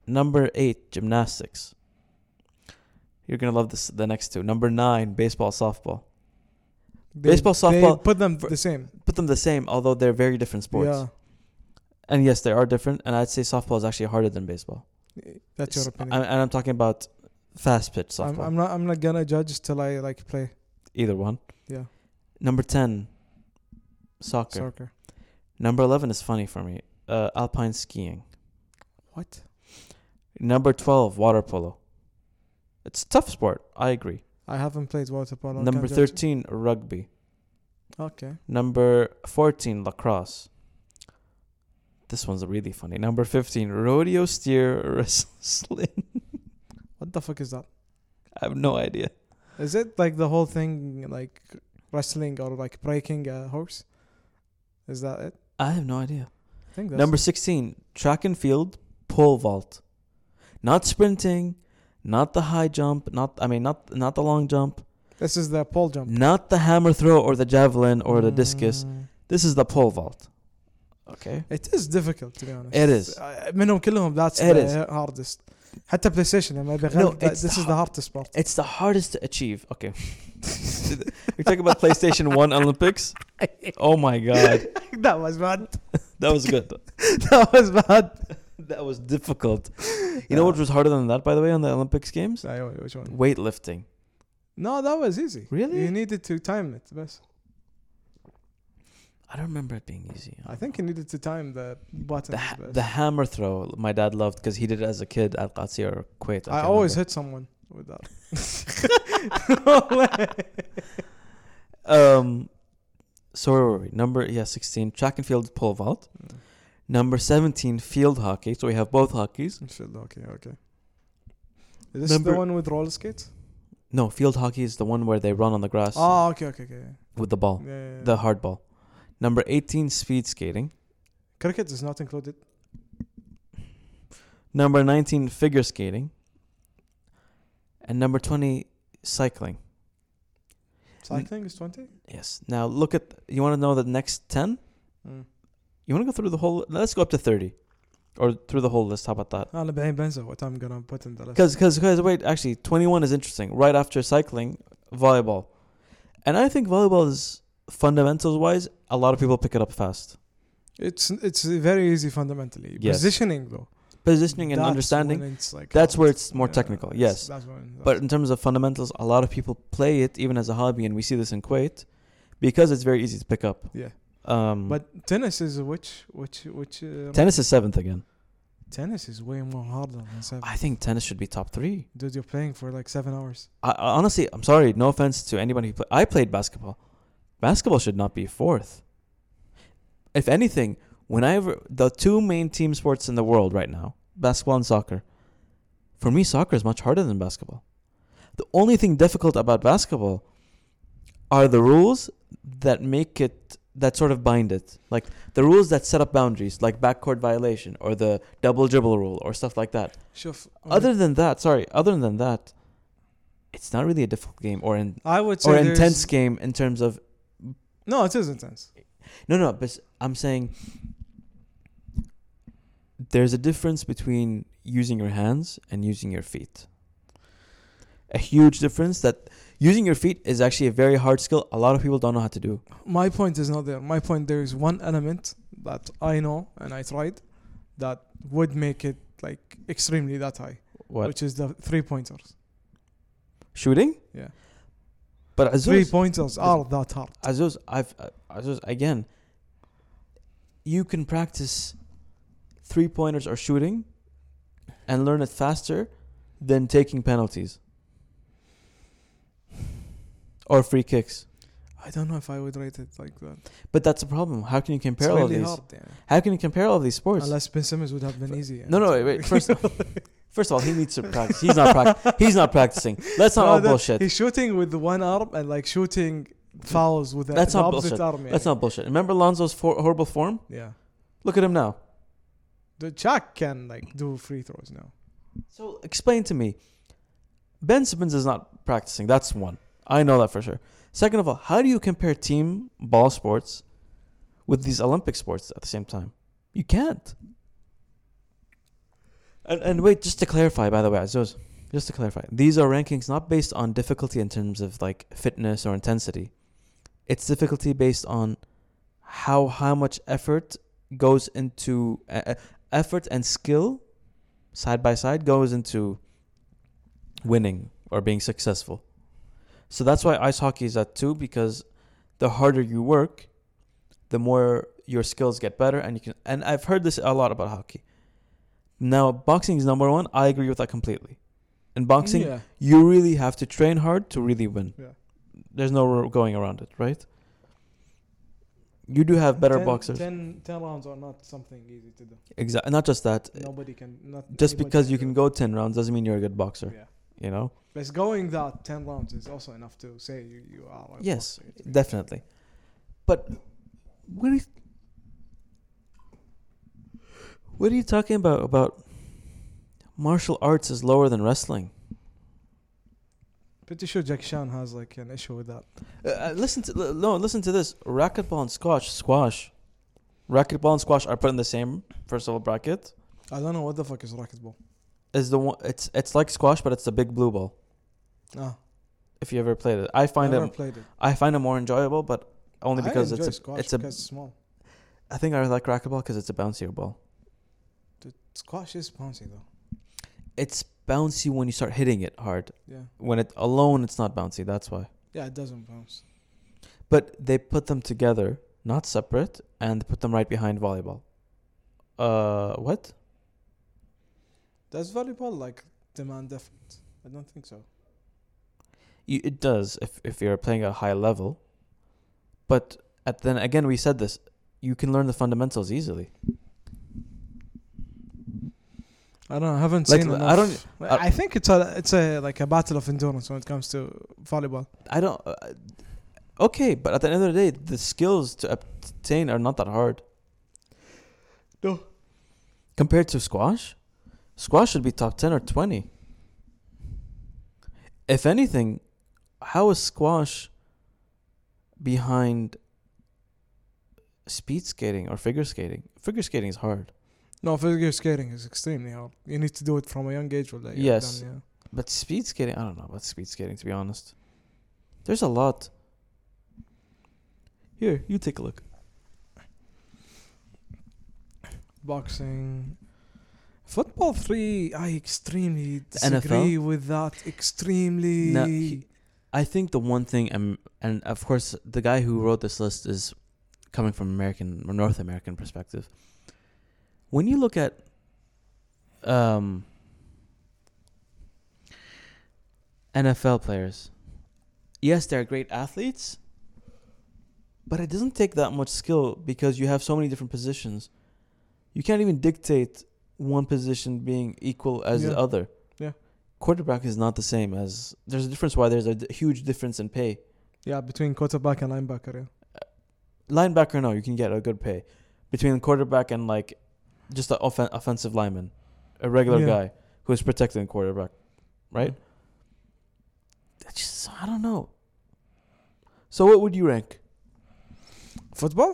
Speaker 1: Number eight, gymnastics. You're gonna love this. The next two. Number nine, baseball, softball.
Speaker 2: They-
Speaker 1: Baseball, softball-
Speaker 2: They put them
Speaker 1: for-
Speaker 2: the same.
Speaker 1: Put them the same, although they're very different sports.
Speaker 2: Yeah,
Speaker 1: And yes, they are different. And I'd say softball is actually harder than baseball.
Speaker 2: that's your
Speaker 1: S-
Speaker 2: opinion.
Speaker 1: I- and I'm talking about fast pitch softball.
Speaker 2: I'm, I'm not. I'm not gonna judge till I like play
Speaker 1: Either one.
Speaker 2: Yeah.
Speaker 1: Number ten, soccer.
Speaker 2: soccer.
Speaker 1: Number eleven is funny for me. Uh, alpine skiing.
Speaker 2: What?
Speaker 1: Number twelve, water polo. It's a tough sport. I agree.
Speaker 2: I haven't played water polo. I
Speaker 1: Number
Speaker 2: can't judge.
Speaker 1: thirteen, rugby.
Speaker 2: Okay.
Speaker 1: Number 14, lacrosse. This one's really funny. Number 15, rodeo steer wrestling.
Speaker 2: What the fuck is that?
Speaker 1: I have no idea.
Speaker 2: Is it like the whole thing like wrestling or like breaking a horse? Is that it?
Speaker 1: I have no idea.
Speaker 2: I think that's
Speaker 1: Number 16, track and field pole vault. Not sprinting, not the high jump, not I mean not not the long jump,
Speaker 2: This is the pole jump
Speaker 1: not the hammer throw or the javelin or the discus.
Speaker 2: Mm.
Speaker 1: This is the pole vault. Okay.
Speaker 2: It is difficult to be honest.
Speaker 1: It is.
Speaker 2: Uh, منهم كلهم that's
Speaker 1: It
Speaker 2: the
Speaker 1: is.
Speaker 2: hardest. حتى بلاي ستيشن لما يبي
Speaker 1: No,
Speaker 2: يغلب
Speaker 1: it's
Speaker 2: this
Speaker 1: the
Speaker 2: is the hardest part.
Speaker 1: It's the hardest to achieve. Okay. You're talking about PlayStation 1 Olympics? Oh my god.
Speaker 2: that was bad.
Speaker 1: That was good.
Speaker 2: That was bad.
Speaker 1: that was difficult. You know what was harder than that, by the way, on the Olympics games?
Speaker 2: Sorry, wait, which one?
Speaker 1: Weightlifting.
Speaker 2: No, that was easy.
Speaker 1: Really?
Speaker 2: You needed to time it بس.
Speaker 1: I don't remember it being easy.
Speaker 2: I think you needed to time the button
Speaker 1: the, ha- the
Speaker 2: بس.
Speaker 1: hammer throw my dad loved because he did it as a kid at Qatsir or Kuwait.
Speaker 2: I
Speaker 1: can't
Speaker 2: always
Speaker 1: remember.
Speaker 2: hit someone with that.
Speaker 1: Um, so where were we? Number yeah, sixteen. Track and field pole vault.
Speaker 2: Mm.
Speaker 1: Number seventeen, field hockey. So we have both hockeys.
Speaker 2: Inshallah, okay, okay. Is this
Speaker 1: Number-
Speaker 2: the one with roller skates?
Speaker 1: No, field hockey is the one where they run on the grass
Speaker 2: Oh, okay, okay, okay.
Speaker 1: with the ball,
Speaker 2: Yeah, yeah, yeah.
Speaker 1: the hard ball. Number eighteen, speed skating.
Speaker 2: cricket is not included.
Speaker 1: Number 19, figure skating. And number 20, cycling.
Speaker 2: Cycling is 20?
Speaker 1: Yes. Now look at, you want to know the next 10?
Speaker 2: Mm.
Speaker 1: You want to go through the whole, let's go up to 30 or through the whole list. How about that?
Speaker 2: انا Ah, بعدين بنسى what I'm gonna put in the list.
Speaker 1: Because, because, because, wait, actually, 21 is interesting. Right after cycling, volleyball. And I think volleyball is fundamentals wise, a lot of people pick it up fast.
Speaker 2: It's it's very easy fundamentally.
Speaker 1: Yes.
Speaker 2: Positioning though.
Speaker 1: Positioning and
Speaker 2: That's
Speaker 1: understanding,
Speaker 2: when it's like
Speaker 1: that's
Speaker 2: hard.
Speaker 1: where it's more
Speaker 2: Yeah,
Speaker 1: technical,
Speaker 2: it's-
Speaker 1: yes.
Speaker 2: that's when-
Speaker 1: But in terms of fundamentals, a lot of people play it even as a hobby, and we see this in Kuwait because it's very easy to pick up.
Speaker 2: Yeah.
Speaker 1: Um,
Speaker 2: but tennis is which which which uh,
Speaker 1: tennis is seventh again.
Speaker 2: tennis is way more harder than seven.
Speaker 1: I think tennis should be top three.
Speaker 2: Dude, you're playing for like seven hours.
Speaker 1: I, I honestly, I'm sorry, no offense to anybody who play. I played basketball. Basketball should not be fourth. If anything, whenever the two main team sports in the world right now, basketball and soccer, for me, soccer is much harder than basketball. The only thing difficult about basketball are the rules that make it that sort of bind it, like the rules that set up boundaries, like backcourt violation or the double dribble rule or stuff like that.
Speaker 2: شوف
Speaker 1: other than that, sorry, other than that, it's not really a difficult game or in,
Speaker 2: I would say
Speaker 1: or
Speaker 2: there's-
Speaker 1: intense game in terms of
Speaker 2: No, it is intense.
Speaker 1: no no. But s- I'm saying there's a difference between using your hands and using your feet. A huge difference that using your feet is actually a very hard skill. A lot of people don't know how to do.
Speaker 2: My point is not there. My point there is one element that I know and I tried that would make it like extremely that high,
Speaker 1: What
Speaker 2: which is the three pointers.
Speaker 1: shooting?
Speaker 2: Yeah.
Speaker 1: But
Speaker 2: Three
Speaker 1: Azuz,
Speaker 2: pointers are that hard.
Speaker 1: Azuz, I've uh, Azuz again. You can practice three pointers or shooting, and learn it faster than taking penalties or free kicks.
Speaker 2: I don't know if I would rate it like that.
Speaker 1: But that's a problem. How can you
Speaker 2: It's
Speaker 1: compare all
Speaker 2: really
Speaker 1: these?
Speaker 2: hard. Yeah.
Speaker 1: How can you compare all these sports?
Speaker 2: Unless Ben Simmons would have been easy. yeah.
Speaker 1: no, no, wait, wait. First, first of all, he needs to practice. He's not prac- He's not practicing. Let's not
Speaker 2: No,
Speaker 1: all
Speaker 2: that-
Speaker 1: bullshit.
Speaker 2: He's shooting with one arm and like shooting fouls with the,
Speaker 1: That's
Speaker 2: the
Speaker 1: not
Speaker 2: opposite
Speaker 1: bullshit.
Speaker 2: arm. Yeah.
Speaker 1: That's not bullshit. Remember Lonzo's for- horrible form?
Speaker 2: Yeah.
Speaker 1: Look at him now.
Speaker 2: The Chuck can like do free throws now.
Speaker 1: So explain to me, Ben Simmons is not practicing. That's one. I know that for sure. Second of all, how do you compare team ball sports with these Olympic sports at the same time? You can't. And, and wait, just to clarify, by the way, Azuz, just to clarify, these are rankings not based on difficulty in terms of like fitness or intensity. It's difficulty based on how how much effort goes into uh, uh, effort and skill side by side goes into winning or being successful. So that's why ice hockey is at two because the harder you work, the more your skills get better, and you can. And I've heard this a lot about hockey. Now boxing is number one. I agree with that completely. In boxing,
Speaker 2: Yeah.
Speaker 1: you really have to train hard to really win.
Speaker 2: Yeah.
Speaker 1: There's no ro- going around it, right? You do have better
Speaker 2: ten,
Speaker 1: boxers.
Speaker 2: Ten, 10 rounds are not something easy to do.
Speaker 1: Exactly. Not just that.
Speaker 2: Nobody can. Not
Speaker 1: Just
Speaker 2: anybody
Speaker 1: because you can
Speaker 2: do
Speaker 1: go 10 rounds doesn't mean you're a good
Speaker 2: it.
Speaker 1: boxer,
Speaker 2: Yeah.
Speaker 1: you know?
Speaker 2: But going that 10 rounds is also enough to say you, you are. a
Speaker 1: Yes,
Speaker 2: boxer, to be
Speaker 1: definitely. But what are you, what are you talking about? About martial arts is lower than wrestling.
Speaker 2: honest. Pretty sure Jack Chan has like an issue with that.
Speaker 1: Uh, Uh, listen to l- no, listen to this. Racquetball and squash, squash, racquetball and squash are put in the same first of all bracket.
Speaker 2: I don't know what the fuck is racquetball.
Speaker 1: Is the one it's it's like squash, but it's the big blue ball.
Speaker 2: Ah,
Speaker 1: If you ever played it, I
Speaker 2: I
Speaker 1: find
Speaker 2: never
Speaker 1: it
Speaker 2: played it.
Speaker 1: I find it more enjoyable, but only
Speaker 2: I
Speaker 1: because
Speaker 2: enjoy
Speaker 1: it's a,
Speaker 2: squash
Speaker 1: it's a
Speaker 2: because it's small.
Speaker 1: I think I like racquetball because it's a bouncier ball.
Speaker 2: Squash is bouncy though.
Speaker 1: It's bouncy when you start hitting it hard.
Speaker 2: Yeah.
Speaker 1: When it alone, it's not bouncy. That's why.
Speaker 2: Yeah, it doesn't bounce.
Speaker 1: But they put them together, not separate, and they put them right behind volleyball. Uh, what?
Speaker 2: Does volleyball like demand effort? I don't think so.
Speaker 1: You, it does if if you're playing at a high level. But at then again, we said this. You can learn the fundamentals easily.
Speaker 2: I don't. know, I haven't
Speaker 1: Like,
Speaker 2: seen.
Speaker 1: I
Speaker 2: Enough.
Speaker 1: don't- I-
Speaker 2: I think it's a it's a like a battle of endurance when it comes to volleyball.
Speaker 1: I don't. Uh, okay, but at the end of the day, the skills to obtain are not that hard.
Speaker 2: No.
Speaker 1: Compared to squash, squash should be top 10 or 20. If anything, how is squash behind speed skating or figure skating? Figure skating is hard,
Speaker 2: No, figure skating is extremely hard. You need to do it from a young age. Or like you're
Speaker 1: Yes.
Speaker 2: done,
Speaker 1: but speed skating, I don't know about speed skating to be honest. There's a lot. Here, you take a look.
Speaker 2: yeah. Boxing, football three. I extremely
Speaker 1: NFL?
Speaker 2: disagree with that. Extremely.
Speaker 1: No, he- I think the one thing, um, and of course, the guy who wrote this list is coming from American or North American perspective. When you look at, um, NFL players, yes, they're great athletes, but it doesn't take that much skill because you have so many different positions. You can't even dictate one position being equal as the
Speaker 2: Yeah.
Speaker 1: other
Speaker 2: Yeah.
Speaker 1: quarterback is not the same as there's a difference why there's a d- huge difference in pay
Speaker 2: yeah, between quarterback and linebacker. Yeah.
Speaker 1: linebacker no you can get a good pay between quarterback and like just an offen- offensive lineman a regular
Speaker 2: Yeah.
Speaker 1: guy who's protecting the quarterback right that's just i don't know so what would you rank
Speaker 2: Football,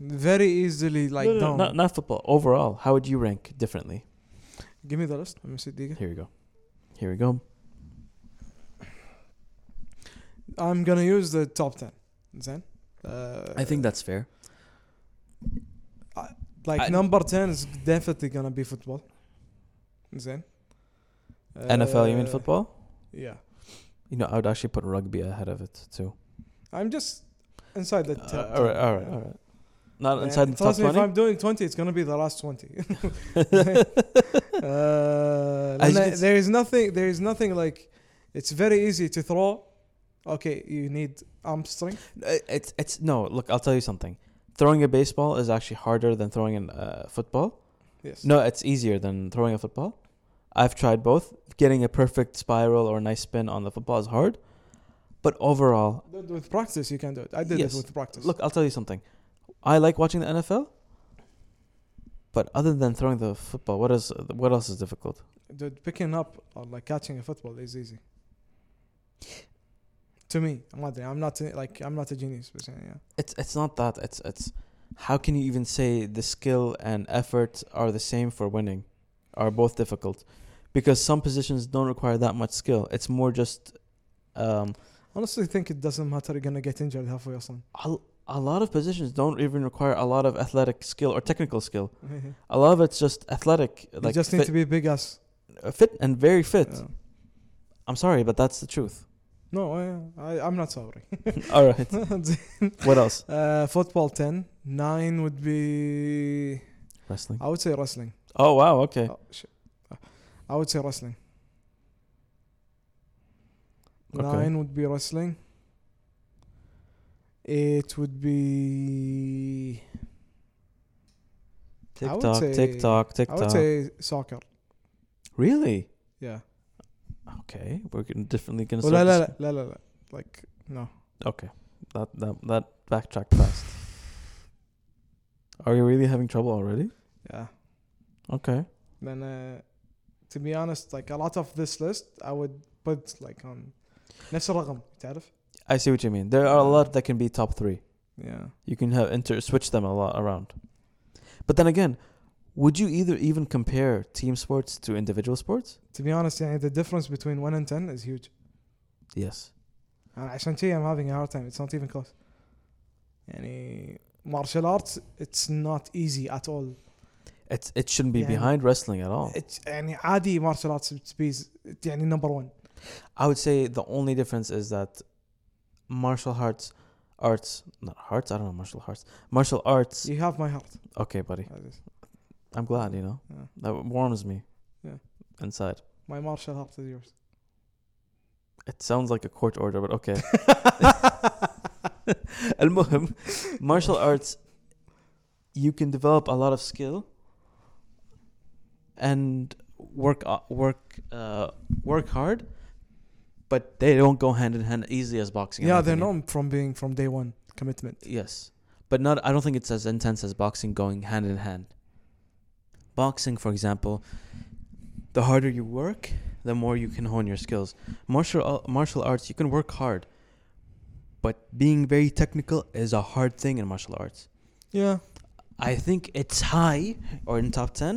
Speaker 2: very easily like
Speaker 1: No, no, no,
Speaker 2: down.
Speaker 1: not, not football overall how would you rank differently
Speaker 2: Give me the list. Let me see. Diga.
Speaker 1: here we go here we go
Speaker 2: I'm gonna use the top ten. Then, uh,
Speaker 1: i think that's fair
Speaker 2: like
Speaker 1: I-
Speaker 2: number ten is definitely gonna be football. Then,
Speaker 1: nfl you mean
Speaker 2: Uh,
Speaker 1: football
Speaker 2: Yeah,
Speaker 1: you know i would actually put rugby ahead of it too
Speaker 2: I'm just inside the
Speaker 1: Uh,
Speaker 2: top.
Speaker 1: all right,
Speaker 2: 10,
Speaker 1: all right,
Speaker 2: yeah.
Speaker 1: all right. Not
Speaker 2: And
Speaker 1: inside the top
Speaker 2: trust me, if I'm
Speaker 1: twenty.
Speaker 2: doing 20, it's gonna be the last 20. uh,
Speaker 1: As you
Speaker 2: لأن
Speaker 1: can
Speaker 2: there is nothing. There is nothing like. It's very easy to throw. Okay, you need arm strength.
Speaker 1: Uh, It's it's no. Look, I'll tell you something. Throwing a baseball is actually harder than throwing a uh, football.
Speaker 2: Yes.
Speaker 1: No, it's easier than throwing a football. I've tried both. Getting a perfect spiral or a nice spin on the football is hard, but overall,
Speaker 2: But With practice, you can do it. I did
Speaker 1: Yes.
Speaker 2: it with practice.
Speaker 1: look, I'll tell you something. I like watching the NFL, but other than throwing the football, what is what else is difficult?
Speaker 2: uh, Dude, picking up or like catching a football is easy. to me ما ادري I'm not like I'm not a genius بس يعني yeah.
Speaker 1: It's it's not that. It's it's how can you even say the skill and effort are the same for winning? Are both difficult? Because some positions don't require that much skill. It's more just um
Speaker 2: honestly think it doesn't matter you're gonna get injured halfway اصلا
Speaker 1: a, a lot of positions don't even require a lot of athletic skill or technical skill. A lot of it's just athletic
Speaker 2: you
Speaker 1: like
Speaker 2: just
Speaker 1: fit,
Speaker 2: need to be big ass
Speaker 1: uh, fit and very fit.
Speaker 2: Yeah.
Speaker 1: I'm sorry, but that's the truth.
Speaker 2: no I- I, I'm not sorry
Speaker 1: All right. What else?
Speaker 2: uh, football 10 9 would be
Speaker 1: Wrestling.
Speaker 2: I would say wrestling
Speaker 1: Oh wow, okay.
Speaker 2: Oh, shit. I would say wrestling.
Speaker 1: Okay.
Speaker 2: Nine would be wrestling. It would be. I would
Speaker 1: TikTok,
Speaker 2: say-
Speaker 1: TikTok,
Speaker 2: I would
Speaker 1: TikTok.
Speaker 2: say soccer.
Speaker 1: Really?
Speaker 2: Yeah.
Speaker 1: Okay, we're gonna definitely gonna.
Speaker 2: Well,
Speaker 1: start
Speaker 2: لا لا
Speaker 1: this-
Speaker 2: لا لا لا لا. Like no.
Speaker 1: Okay, that that that backtracked fast. Are you really having trouble already?
Speaker 2: Yeah.
Speaker 1: Okay.
Speaker 2: Then, uh, to be honest, like a lot of this list, I would put like on نفس الرقم تعرف؟
Speaker 1: I see what you mean. There are a lot that can be top three.
Speaker 2: Yeah.
Speaker 1: You can have inter switch them a lot around. But then again, would you either even compare team sports to individual sports?
Speaker 2: To be honest, يعني the difference between 1 and 10 is huge.
Speaker 1: Yes.
Speaker 2: انا عشان كذي I'm having a hard time it's not even close يعني martial arts it's not easy at all
Speaker 1: It's it shouldn't be
Speaker 2: Yeah.
Speaker 1: behind wrestling at all.
Speaker 2: it's يعني عادي martial arts to be يعني number one
Speaker 1: I would say the only difference is that martial arts, arts, not hearts. I don't know martial arts. Martial arts.
Speaker 2: you have my heart
Speaker 1: Okay, buddy.
Speaker 2: Aziz.
Speaker 1: I'm glad. You know
Speaker 2: Yeah.
Speaker 1: that warms me.
Speaker 2: Yeah.
Speaker 1: Inside.
Speaker 2: my martial heart is yours
Speaker 1: It sounds like a court order, but okay. المهم martial arts you can develop a lot of skill and work uh, work uh, work hard but they don't go hand in hand easy as boxing in
Speaker 2: yeah
Speaker 1: my
Speaker 2: they're
Speaker 1: opinion.
Speaker 2: known from being from day one commitment
Speaker 1: Yes, but not. I don't think it's as intense as boxing going hand in hand. Boxing, for example, the harder you work, the more you can hone your skills. Martial uh, martial arts, you can work hard, but being very technical is a hard thing in martial arts.
Speaker 2: yeah
Speaker 1: I think it's high or in top ten,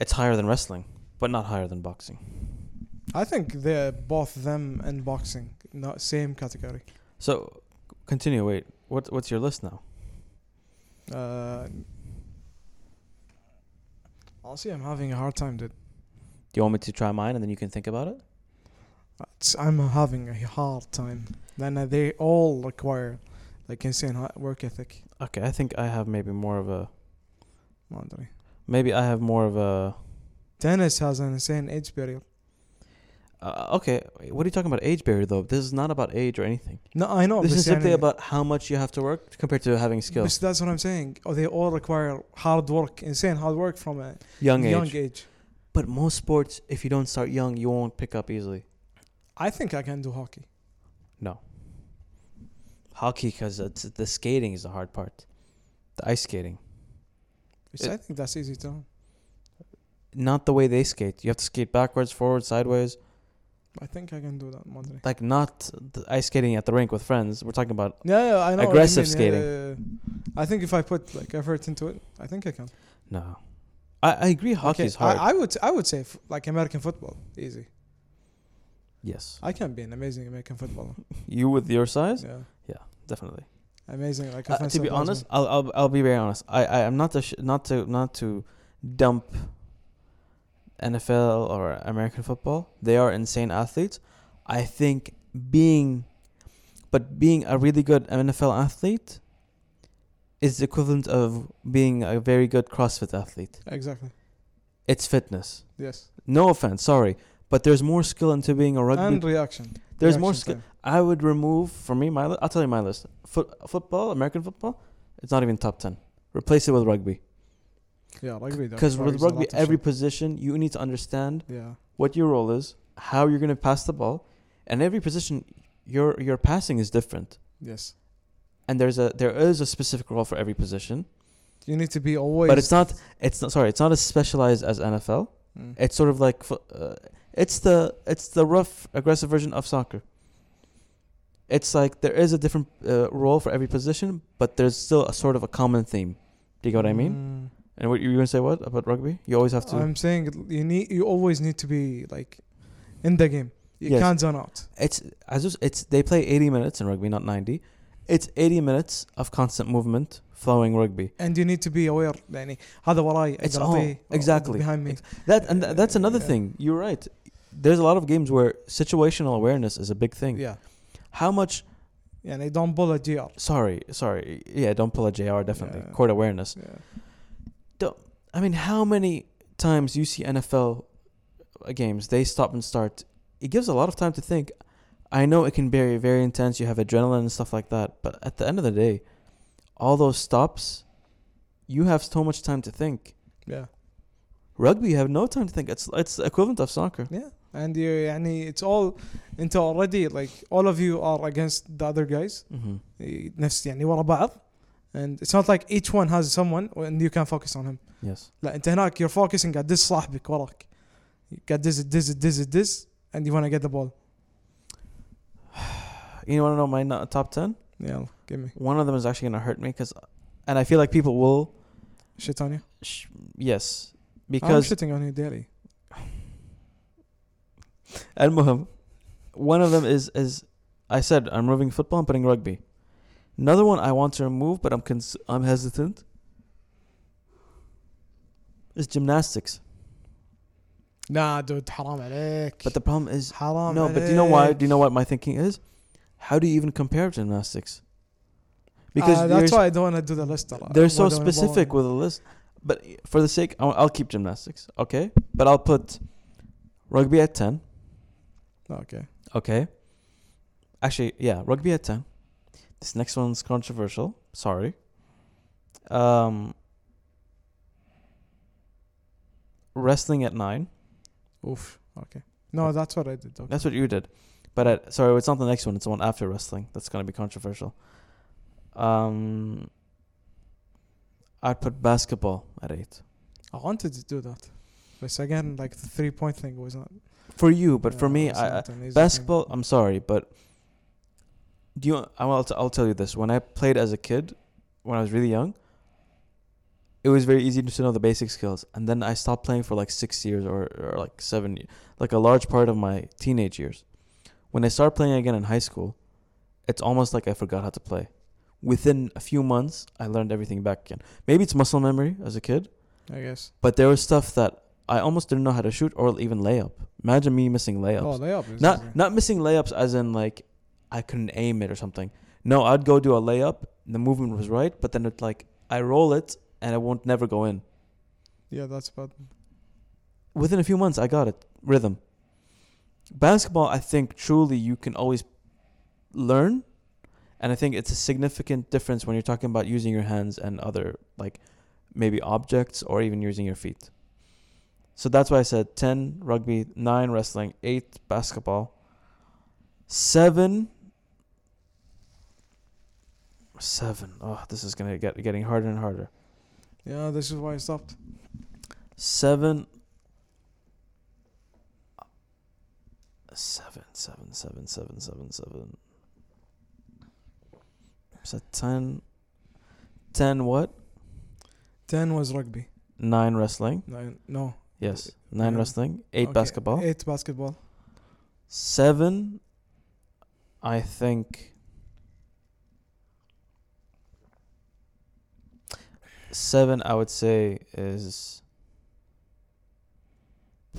Speaker 1: it's higher than wrestling, but not higher than boxing.
Speaker 2: I think they're both them and boxing not same category
Speaker 1: So, continue. Wait, what what's your list now?
Speaker 2: uh, honestly I'm having a hard time dude
Speaker 1: Do you want me to try mine and then you can think about it?
Speaker 2: It's- I'm having a hard time. Then uh, they all require like insane hard work ethic.
Speaker 1: Okay, I think I have maybe more of a
Speaker 2: ما أدري.
Speaker 1: maybe I have more of a
Speaker 2: Tennis has an insane age barrier.
Speaker 1: Uh, okay, what are you talking about age barrier though? This is not about age or anything.
Speaker 2: No, I know.
Speaker 1: this
Speaker 2: but
Speaker 1: is simply
Speaker 2: يعني-
Speaker 1: about how much you have to work compared to having skill.
Speaker 2: but that's what I'm saying. Oh, they all require hard work, insane hard work from a
Speaker 1: Young
Speaker 2: young,
Speaker 1: age.
Speaker 2: age.
Speaker 1: But most sports, if you don't start young, you won't pick up easily.
Speaker 2: I think I can do hockey.
Speaker 1: Hockey, because the skating is the hard part, the ice skating.
Speaker 2: Which
Speaker 1: It-
Speaker 2: I think that's easy to learn.
Speaker 1: Not the way they skate. You have to skate backwards, forward, sideways.
Speaker 2: I think I can do that. ما أدري.
Speaker 1: Like not the ice skating at the rink with friends. We're talking about
Speaker 2: Yeah, yeah, I know. what you
Speaker 1: Aggressive
Speaker 2: mean.
Speaker 1: skating.
Speaker 2: Uh, I think if I put like effort into it, I think I can.
Speaker 1: no. I, I agree, hockey
Speaker 2: Okay,
Speaker 1: is hard.
Speaker 2: I, I would, I would say f- like American football, easy.
Speaker 1: yes,
Speaker 2: I can be an amazing American footballer.
Speaker 1: you with your size,
Speaker 2: Yeah.
Speaker 1: definitely.
Speaker 2: Amazing. Like
Speaker 1: Uh, to
Speaker 2: offensive
Speaker 1: be
Speaker 2: linesman.
Speaker 1: honest, I'll, I'll I'll be very honest. I I am not to sh- not to not to dump NFL or American football. They are insane athletes. I think being, but being a really good NFL athlete is the equivalent of being a very good CrossFit athlete.
Speaker 2: exactly.
Speaker 1: It's fitness.
Speaker 2: Yes.
Speaker 1: No offense, sorry, but there's more skill into being a rugby.
Speaker 2: and reaction.
Speaker 1: there's
Speaker 2: Reaction
Speaker 1: more skill.
Speaker 2: time.
Speaker 1: I would remove for me my. Li- I'll tell you my list. Foot, football, American football, it's not even top ten. Replace it with rugby
Speaker 2: Yeah, rugby. though,
Speaker 1: because with
Speaker 2: requires a lot
Speaker 1: rugby,
Speaker 2: of
Speaker 1: every
Speaker 2: shit.
Speaker 1: position you need to understand
Speaker 2: yeah,
Speaker 1: what your role is, how you're gonna pass the ball, and every position your your passing is different.
Speaker 2: yes.
Speaker 1: And there's a there is a specific role for every position,
Speaker 2: You need to be always.
Speaker 1: but it's not it's not sorry it's not as specialized as NFL.
Speaker 2: Mm.
Speaker 1: It's sort of like fo- uh, it's the it's the rough aggressive version of soccer. it's like there is a different uh, role for every position, but there's still a sort of a common theme. Do you get what I mean?
Speaker 2: Mm. Um,
Speaker 1: And what you were gonna say? What about rugby? You always have to.
Speaker 2: I'm saying you need you always need to be like in the game. You
Speaker 1: Yes.
Speaker 2: can't zone out.
Speaker 1: it's as just it's they play 80 minutes in rugby, not 90. It's 80 minutes of constant movement, flowing rugby.
Speaker 2: And you need to be aware يعني هذا وراي
Speaker 1: It's
Speaker 2: أقدر
Speaker 1: all-
Speaker 2: أعطيه or
Speaker 1: exactly.
Speaker 2: behind me.
Speaker 1: That and th- that's another
Speaker 2: Yeah.
Speaker 1: thing. You're right. There's a lot of games where situational awareness is a big thing.
Speaker 2: Yeah.
Speaker 1: How much?
Speaker 2: يعني don't pull a GR.
Speaker 1: Sorry, sorry. Yeah, don't pull a JR. Definitely
Speaker 2: Yeah.
Speaker 1: court awareness.
Speaker 2: Yeah.
Speaker 1: I mean, how many times you see NFL uh, games? They stop and start. It gives a lot of time to think. I know it can be very, very intense. You have adrenaline and stuff like that. But at the end of the day, all those stops, you have so much time to think.
Speaker 2: Yeah.
Speaker 1: Rugby, you have no time to think. It's it's the equivalent of soccer.
Speaker 2: Yeah. And you يعني it's all انت already like all of you are against the other guys
Speaker 1: Mm-hmm.
Speaker 2: نفس يعني ورا بعض and it's not like each one has someone and you can focus on him
Speaker 1: Yes.
Speaker 2: لا انت هناك you're focusing قاعد تدز صاحبك وراك قاعد تدز تدز تدز تدز and you wanna get the ball
Speaker 1: You want to know my no- top ten?
Speaker 2: يلا give me
Speaker 1: One of them is actually going to hurt me because, and I feel like people will.
Speaker 2: shit on you
Speaker 1: Sh- yes,
Speaker 2: I'm
Speaker 1: because
Speaker 2: shitting on you daily
Speaker 1: المهم one of them is is I said I'm removing football I'm putting rugby another one I want to remove but I'm cons- I'm hesitant is gymnastics
Speaker 2: لا دود حرام عليك
Speaker 1: but the problem is
Speaker 2: حرام
Speaker 1: no
Speaker 2: عليك
Speaker 1: but do you know why do you know what my thinking is how do you even compare gymnastics because
Speaker 2: uh,
Speaker 1: you're-
Speaker 2: that's why I don't want to do the list ترى.
Speaker 1: They're so
Speaker 2: Why don't I
Speaker 1: specific
Speaker 2: bother?
Speaker 1: with the list. But for the sake, I'll, I'll keep gymnastics, okay? But I'll put rugby at 10,
Speaker 2: okay
Speaker 1: okay? Actually, yeah, rugby at 10. This next one's controversial. Sorry. Um, wrestling at 9.
Speaker 2: oof okay no that's what I did okay.
Speaker 1: That's what you did. But at, sorry, it's not the next one. It's the one after wrestling. That's going to be controversial. Um, I'd put basketball at 8.
Speaker 2: I wanted to do that but again like the three point thing was not
Speaker 1: For you, but for
Speaker 2: uh,
Speaker 1: me,
Speaker 2: was
Speaker 1: I,
Speaker 2: not an easy
Speaker 1: basketball i'm sorry but do you I- I'll, t- I'll tell you this when i played as a kid when i was really young it was very easy to know the basic skills and then i stopped playing for like six years or, or like seven ye- like a large part of my teenage years when i started playing again in high school it's almost like i forgot how to play within a few months i learned everything back again maybe it's muscle memory as a kid
Speaker 2: thing, I guess
Speaker 1: but there was stuff that i almost didn't know how to shoot or even layup imagine me missing layups
Speaker 2: oh layup is
Speaker 1: not
Speaker 2: easy.
Speaker 1: not missing layups as in like I couldn't aim it or something. No, I'd go do a layup. The movement was right, but then it like I roll it and it won't never go in.
Speaker 2: yeah that's about
Speaker 1: Within a few months, I got it rhythm. Basketball, I think truly you can always learn, and I think it's a significant difference when you're talking about using your hands and other like maybe objects or even using your feet. So that's why I said 10 rugby, 9 wrestling, 8 basketball, 7 7. Oh, this is going to get getting harder and harder.
Speaker 2: yeah this is why I stopped
Speaker 1: 7 7 7 7 7 7 7 So 10 10 what?
Speaker 2: 10 was rugby
Speaker 1: 9 wrestling.
Speaker 2: nine no
Speaker 1: Yes. 9
Speaker 2: Yeah.
Speaker 1: wrestling, 8
Speaker 2: Okay,
Speaker 1: basketball.
Speaker 2: eight basketball
Speaker 1: Seven, I think. Seven, I would say, is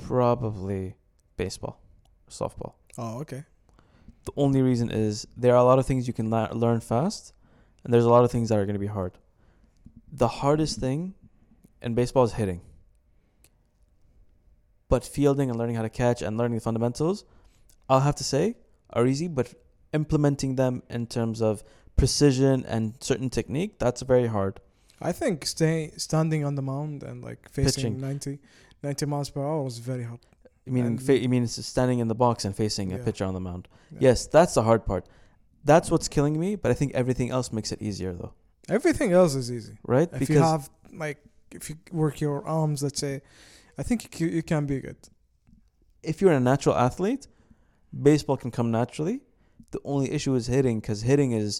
Speaker 1: probably baseball, softball.
Speaker 2: oh okay
Speaker 1: The only reason is there are a lot of things you can la- learn fast, and there's a lot of things that are going to be hard. The hardest thing in baseball is hitting. But fielding and learning how to catch and learning the fundamentals, I'll have to say, are easy, but implementing them in terms of precision and certain technique, that's very hard.
Speaker 2: I think stay standing on the mound and like facing
Speaker 1: Pitching.
Speaker 2: ninety, ninety 90, miles per hour is very hard.
Speaker 1: I mean,
Speaker 2: And-
Speaker 1: fa- I mean, it's standing in the box and facing a
Speaker 2: Yeah.
Speaker 1: pitcher on the mound.
Speaker 2: Yeah.
Speaker 1: Yes, that's the hard part. That's what's killing me, but I think everything else makes it easier, though,
Speaker 2: Everything else is easy.
Speaker 1: right?
Speaker 2: If you have like if you work your arms, let's say, I think you, you can be good.
Speaker 1: if you're a natural athlete, baseball can come naturally. the only issue is hitting because hitting is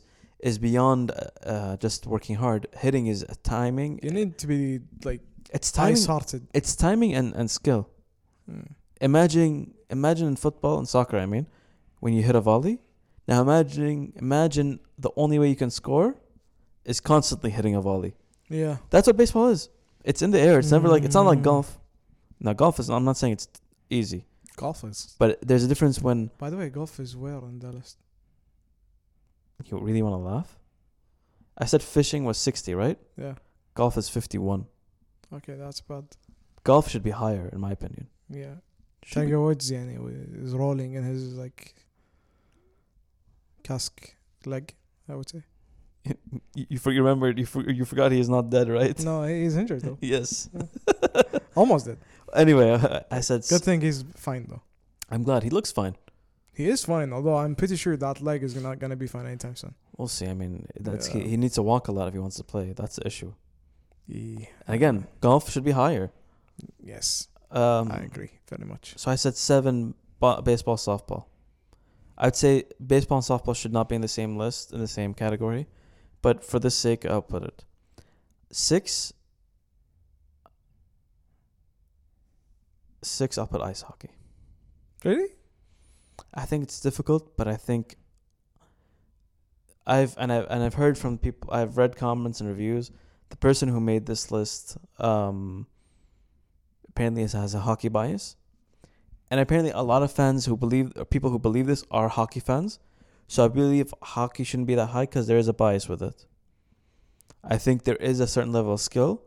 Speaker 1: is beyond uh, uh, just working hard. Hitting is a timing.
Speaker 2: You need to be like
Speaker 1: It's timing.
Speaker 2: ice hearted.
Speaker 1: It's timing and, and skill. Mm. Imagine imagine in football and soccer. I mean, when you hit a volley. Now imagine imagine the only way you can score is constantly hitting a volley.
Speaker 2: Yeah.
Speaker 1: That's what baseball is. It's in the air. It's never like it's not like
Speaker 2: Mm.
Speaker 1: golf. Now golf is. I'm not saying it's easy,
Speaker 2: Golf is.
Speaker 1: but there's a difference when
Speaker 2: By the way, golf is where in the list?
Speaker 1: you really want to laugh. I said fishing was 60, right?
Speaker 2: Yeah.
Speaker 1: Golf is 51.
Speaker 2: Okay, that's bad.
Speaker 1: Golf should be higher, in my opinion.
Speaker 2: Yeah.
Speaker 1: Should be-
Speaker 2: Tiger Woods يعني w- is rolling in his like cask leg, I would say.
Speaker 1: you, you for- you remembered you, for, you forgot he is not dead, right?
Speaker 2: No, he- he's injured though.
Speaker 1: Yes.
Speaker 2: Almost dead.
Speaker 1: Anyway, uh, I said s-
Speaker 2: Good thing he's fine though.
Speaker 1: I'm glad he looks fine.
Speaker 2: He is fine, although I'm pretty sure that leg is not gonna be fine anytime soon.
Speaker 1: We'll see. I mean, that's
Speaker 2: Yeah.
Speaker 1: he, he needs to walk a lot if he wants to play. That's the issue.
Speaker 2: Yeah.
Speaker 1: And again, golf should be higher.
Speaker 2: Yes,
Speaker 1: Um,
Speaker 2: I agree very much.
Speaker 1: So I said seven ba- baseball, softball. I'd say baseball and softball should not be in the same list in the same category, but for the sake, I'll put it six. Six, I'll put ice hockey.
Speaker 2: Really?
Speaker 1: I think it's difficult, but I think I've and I've and I've heard from people. I've read comments and reviews. The person who made this list um, apparently has, has a hockey bias, and apparently a lot of fans who believe or people who believe this are hockey fans. So I believe hockey shouldn't be that high because there is a bias with it. I think there is a certain level of skill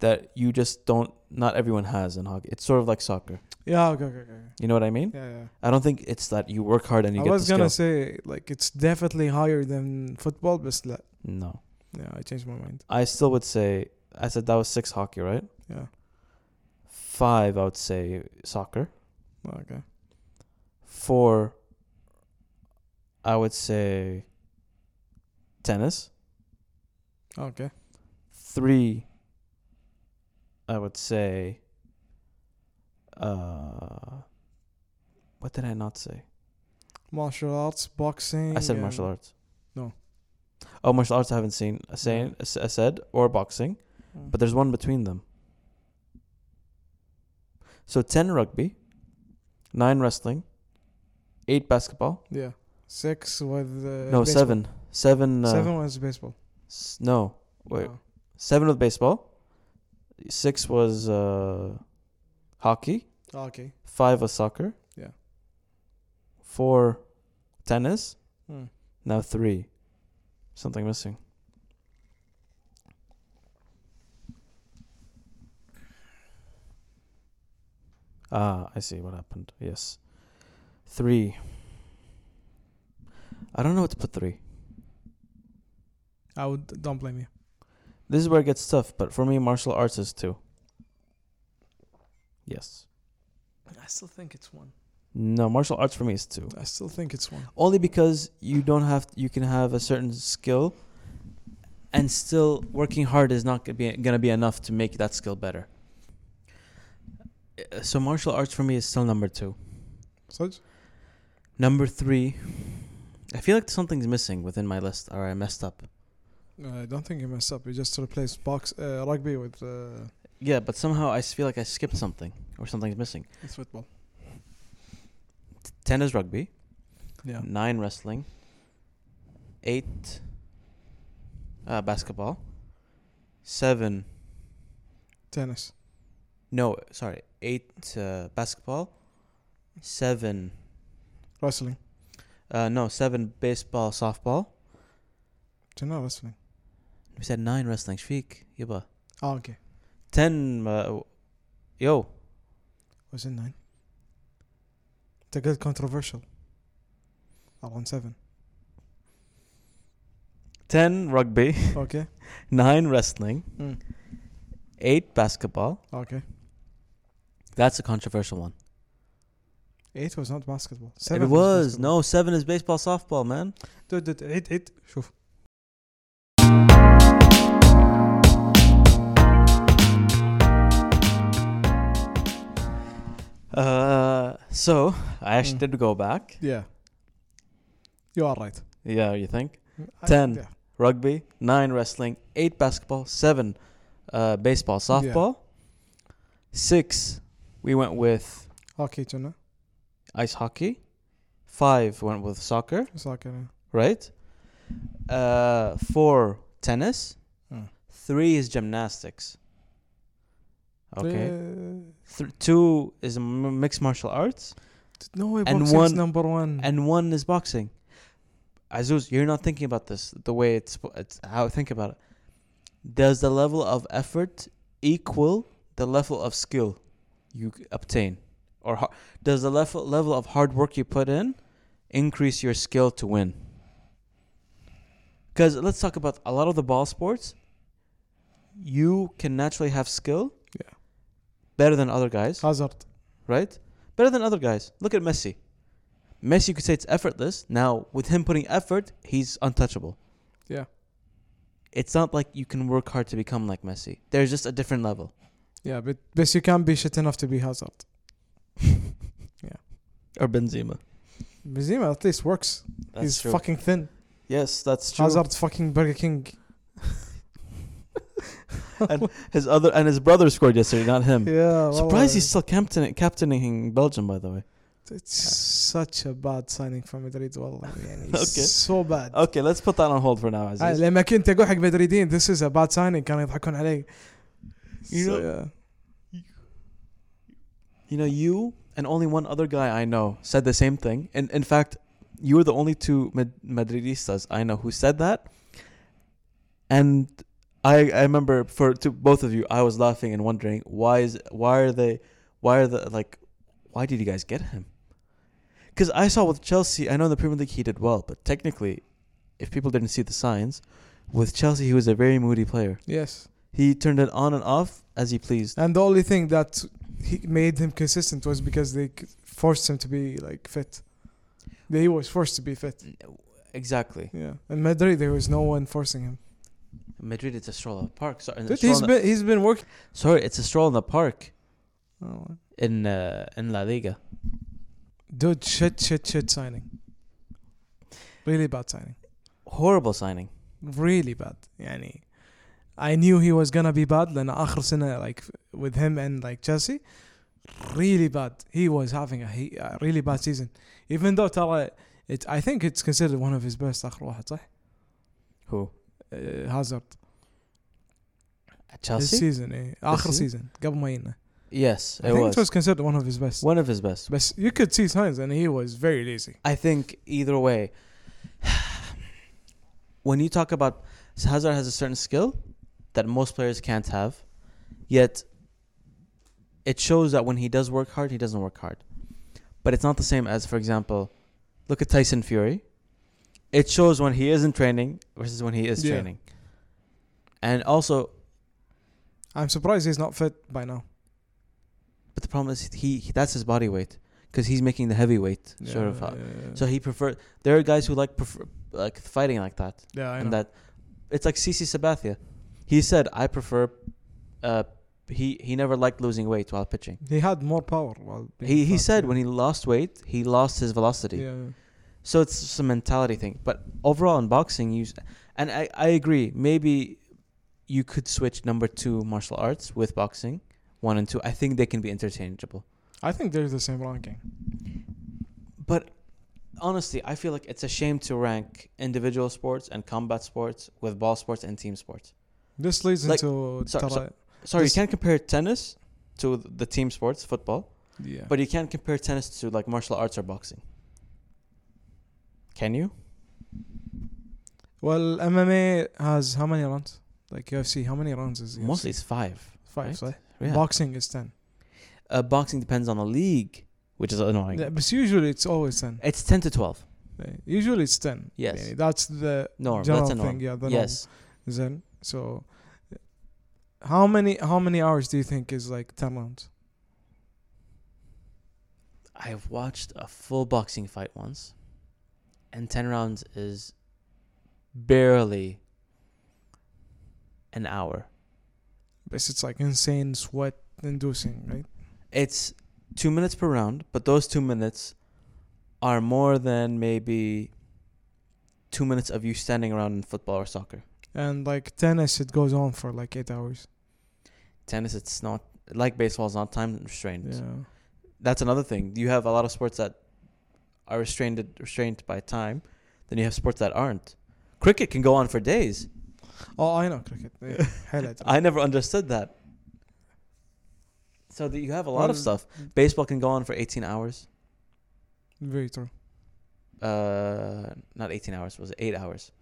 Speaker 1: that you just don't. Not everyone has in hockey. It's sort of like soccer.
Speaker 2: Yeah. Okay. Okay. okay.
Speaker 1: You know what I mean?
Speaker 2: Yeah. Yeah.
Speaker 1: I don't think it's that you work hard and you
Speaker 2: I
Speaker 1: get
Speaker 2: was
Speaker 1: the
Speaker 2: gonna
Speaker 1: skill.
Speaker 2: say like it's definitely higher than football, but لا.
Speaker 1: No.
Speaker 2: yeah, I changed my mind.
Speaker 1: I still would say I said that was six hockey, right?
Speaker 2: Yeah.
Speaker 1: Five, I would say soccer.
Speaker 2: Okay.
Speaker 1: Four, I would say tennis.
Speaker 2: Okay.
Speaker 1: Three, I would say. Uh, what did I not say?
Speaker 2: Martial arts, boxing.
Speaker 1: I said
Speaker 2: and-
Speaker 1: martial arts.
Speaker 2: No.
Speaker 1: Oh, martial arts! I haven't seen. I say, I s- I said or boxing,
Speaker 2: Mm.
Speaker 1: but there's one between them. So ten rugby, nine wrestling, eight basketball.
Speaker 2: Yeah. Six with uh,
Speaker 1: no,
Speaker 2: baseball.
Speaker 1: seven, seven. Uh,
Speaker 2: Seven was baseball.
Speaker 1: s- no, wait,
Speaker 2: Oh.
Speaker 1: seven with baseball. Six was uh, hockey.
Speaker 2: Oh, okay.
Speaker 1: Five was soccer.
Speaker 2: Yeah.
Speaker 1: Four, tennis.
Speaker 2: Hmm.
Speaker 1: Now three. Something missing. Ah, I see what happened. Yes. Three. I don't know what to put three.
Speaker 2: I would don't blame you.
Speaker 1: This is where it gets tough, but for me, martial arts is two. Yes.
Speaker 2: I still think it's one.
Speaker 1: No, martial arts for me is two.
Speaker 2: I still think it's one.
Speaker 1: only because you don't have you can have a certain skill and still working hard is not gonna be, gonna be enough to make that skill better Uh, so martial arts for me is still number two
Speaker 2: Such?
Speaker 1: number three i feel like something's missing within my list or i messed up
Speaker 2: I don't think you messed up. You just replaced box uh, rugby with uh,
Speaker 1: yeah but somehow i s- feel like i skipped something or something's missing
Speaker 2: with football.
Speaker 1: ten is rugby
Speaker 2: Yeah.
Speaker 1: nine wrestling eight uh, basketball seven
Speaker 2: Tennis.
Speaker 1: No, sorry, eight uh, basketball, seven.
Speaker 2: Wrestling.
Speaker 1: Uh, no, seven baseball, softball.
Speaker 2: You're not wrestling.
Speaker 1: We said nine wrestling. Shfiq, يبا.
Speaker 2: Oh, okay.
Speaker 1: Ten. Uh, yo,
Speaker 2: Was it nine? It's a good controversial. Around seven.
Speaker 1: ten rugby,
Speaker 2: Okay.
Speaker 1: nine wrestling,
Speaker 2: Mm.
Speaker 1: eight basketball.
Speaker 2: Okay.
Speaker 1: That's a controversial one.
Speaker 2: Eight was not basketball. Seven
Speaker 1: it was
Speaker 2: basketball.
Speaker 1: no seven is baseball, softball, man.
Speaker 2: Dude, dude, eight, eight. شوف.
Speaker 1: Uh, so I actually Uh,
Speaker 2: Mm. Mm.
Speaker 1: did go back.
Speaker 2: Yeah. You are right.
Speaker 1: Yeah, you think?
Speaker 2: I-
Speaker 1: 10.
Speaker 2: yeah.
Speaker 1: Rugby, nine wrestling, eight basketball, seven uh, baseball, softball. Six, we went with
Speaker 2: Hockey كنا
Speaker 1: ice hockey. Five went with soccer,
Speaker 2: ساكن
Speaker 1: right? Uh, four, tennis.
Speaker 2: Mm.
Speaker 1: Three is gymnastics. Okay. Th- two is m- mixed martial arts,
Speaker 2: No way
Speaker 1: And
Speaker 2: boxing's
Speaker 1: one-
Speaker 2: number one.
Speaker 1: and one is boxing. Azuz, you're not thinking about this the way it's, it's how I think about it. Does the level of effort equal the level of skill you c- obtain, or ho- does the level level of hard work you put in increase your skill to win? Because let's talk about a lot of the ball sports. You can naturally have skill.
Speaker 2: Yeah.
Speaker 1: Better than other guys
Speaker 2: Hazard.
Speaker 1: right? Better than other guys. Look at Messi. Messi, you could say it's effortless. Now, with him putting effort, he's untouchable.
Speaker 2: Yeah.
Speaker 1: It's not like you can work hard to become like Messi. There's just a different level.
Speaker 2: Yeah, but but you can't be shit enough to be Hazard.
Speaker 1: Or Benzema.
Speaker 2: Benzema at least works.
Speaker 1: That's
Speaker 2: He's
Speaker 1: true.
Speaker 2: fucking thin.
Speaker 1: yes, that's true.
Speaker 2: Hazard's fucking Burger King.
Speaker 1: His other and his brother scored yesterday, not him.
Speaker 2: Yeah. uh,
Speaker 1: Surprised he's still captain, captaining Belgium, by the way.
Speaker 2: It's such a bad signing for Madrid والله يعني it's
Speaker 1: Okay.
Speaker 2: so bad.
Speaker 1: Okay, let's put that on hold for now,
Speaker 2: آه،
Speaker 1: Aziz.
Speaker 2: لما كنت اقول حق مدريدين this is a bad signing كانوا يضحكون علي.
Speaker 1: You
Speaker 2: So,
Speaker 1: know-
Speaker 2: yeah.
Speaker 1: You know, you and only one other guy I know said the same thing. And in fact, you were the only two Mad- Madridistas I know who said that. And I I remember for to both of you, I was laughing and wondering why is why are they why are the like why did you guys get him? Because I saw with Chelsea, I know in the Premier League he did well, but technically, if people didn't see the signs, with Chelsea he was a very moody player.
Speaker 2: Yes.
Speaker 1: He turned it on and off as he pleased.
Speaker 2: And the only thing that he made him consistent was because they c- forced him to be like fit. He was forced to be fit.
Speaker 1: Exactly.
Speaker 2: Yeah. In Madrid there was no one forcing him.
Speaker 1: Madrid is a stroll in the park. Sorry,
Speaker 2: Dude, he's been he's been working.
Speaker 1: sorry, it's a stroll in the park
Speaker 2: Oh.
Speaker 1: in uh, in La Liga.
Speaker 2: Dude, shit, shit, shit signing. Really bad signing.
Speaker 1: Horrible signing.
Speaker 2: Really bad. يعني I knew he was gonna be bad لأن آخر سنة like with him and like Chelsea really bad. He was having a, he, a really bad season. Even though ترى it, I think it's considered one of his best آخر واحد صح؟
Speaker 1: Who?
Speaker 2: Uh, Hazard. This
Speaker 1: Chelsea.
Speaker 2: season إيه. آخر
Speaker 1: season?
Speaker 2: season قبل ما ينا.
Speaker 1: Yes,
Speaker 2: I
Speaker 1: it
Speaker 2: think
Speaker 1: was.
Speaker 2: it was considered one of his best.
Speaker 1: one of his best.
Speaker 2: But you could see signs and he was very lazy.
Speaker 1: I think either way, when you talk about Hazard has a certain skill that most players can't have, yet it shows that when he does work hard, he doesn't work hard. But it's not the same as, for example, look at Tyson Fury. It shows when he isn't training versus when he is
Speaker 2: Yeah.
Speaker 1: training. And also,
Speaker 2: I'm surprised he's not fit by now.
Speaker 1: but the problem is he, he that's his body weight because he's making the heavyweight sort of. uh,
Speaker 2: yeah.
Speaker 1: So he prefer. There are guys who like prefer like fighting like that.
Speaker 2: yeah, I know.
Speaker 1: and that it's like CC Sabathia. He said, "I prefer." Uh, he he never liked losing weight while pitching.
Speaker 2: He had more power. While being
Speaker 1: He he
Speaker 2: fat,
Speaker 1: said
Speaker 2: yeah.
Speaker 1: when he lost weight, he lost his velocity.
Speaker 2: Yeah,
Speaker 1: So it's just a mentality thing. But overall in boxing, you s- and I I agree. Maybe you could switch number two martial arts with boxing one and two. I think they can be interchangeable.
Speaker 2: I think they're the same ranking.
Speaker 1: But honestly, I feel like it's a shame to rank individual sports and combat sports with ball sports and team sports.
Speaker 2: This leads
Speaker 1: Like-
Speaker 2: into
Speaker 1: so-
Speaker 2: Tara-
Speaker 1: so- Sorry,
Speaker 2: This-
Speaker 1: you can't compare tennis to the team sports, football,
Speaker 2: yeah.
Speaker 1: but you can't compare tennis to like martial arts or boxing. Can you?
Speaker 2: well, MMA has how many rounds? Like UFC, how many rounds is UFC?
Speaker 1: Mostly it's five.
Speaker 2: five.
Speaker 1: right?
Speaker 2: صح?
Speaker 1: Yeah.
Speaker 2: Boxing is ten.
Speaker 1: uh, boxing depends on the league, which is annoying.
Speaker 2: Yeah, but usually it's always ten.
Speaker 1: It's 10 to 12.
Speaker 2: Yeah, Usually it's ten.
Speaker 1: Eh. Yes.
Speaker 2: Yeah, that's the
Speaker 1: Norm.
Speaker 2: general
Speaker 1: That's a norm.
Speaker 2: thing. Yeah, um, the
Speaker 1: yes.
Speaker 2: norm. Then so, how many how many hours do you think is like ten rounds?
Speaker 1: I have watched a full boxing fight once, and 10 rounds is barely an hour.
Speaker 2: But it's like insane sweat inducing, right?
Speaker 1: It's two minutes per round, but those two minutes are more than maybe two minutes of you standing around in football or soccer.
Speaker 2: And like tennis, it goes on for like eight hours.
Speaker 1: Tennis, it's not like baseball. It's not time restrained.
Speaker 2: Yeah.
Speaker 1: That's another thing. You have a lot of sports that are restrained restrained by time. Then you have sports that aren't. Cricket can go on for days.
Speaker 2: Oh, I know cricket. Yeah. Hell, I
Speaker 1: I never understood that. So that you have a lot of
Speaker 2: Well-
Speaker 1: stuff. Baseball can go on for 18 hours.
Speaker 2: Very true.
Speaker 1: Uh, not 18 hours. Was it eight hours?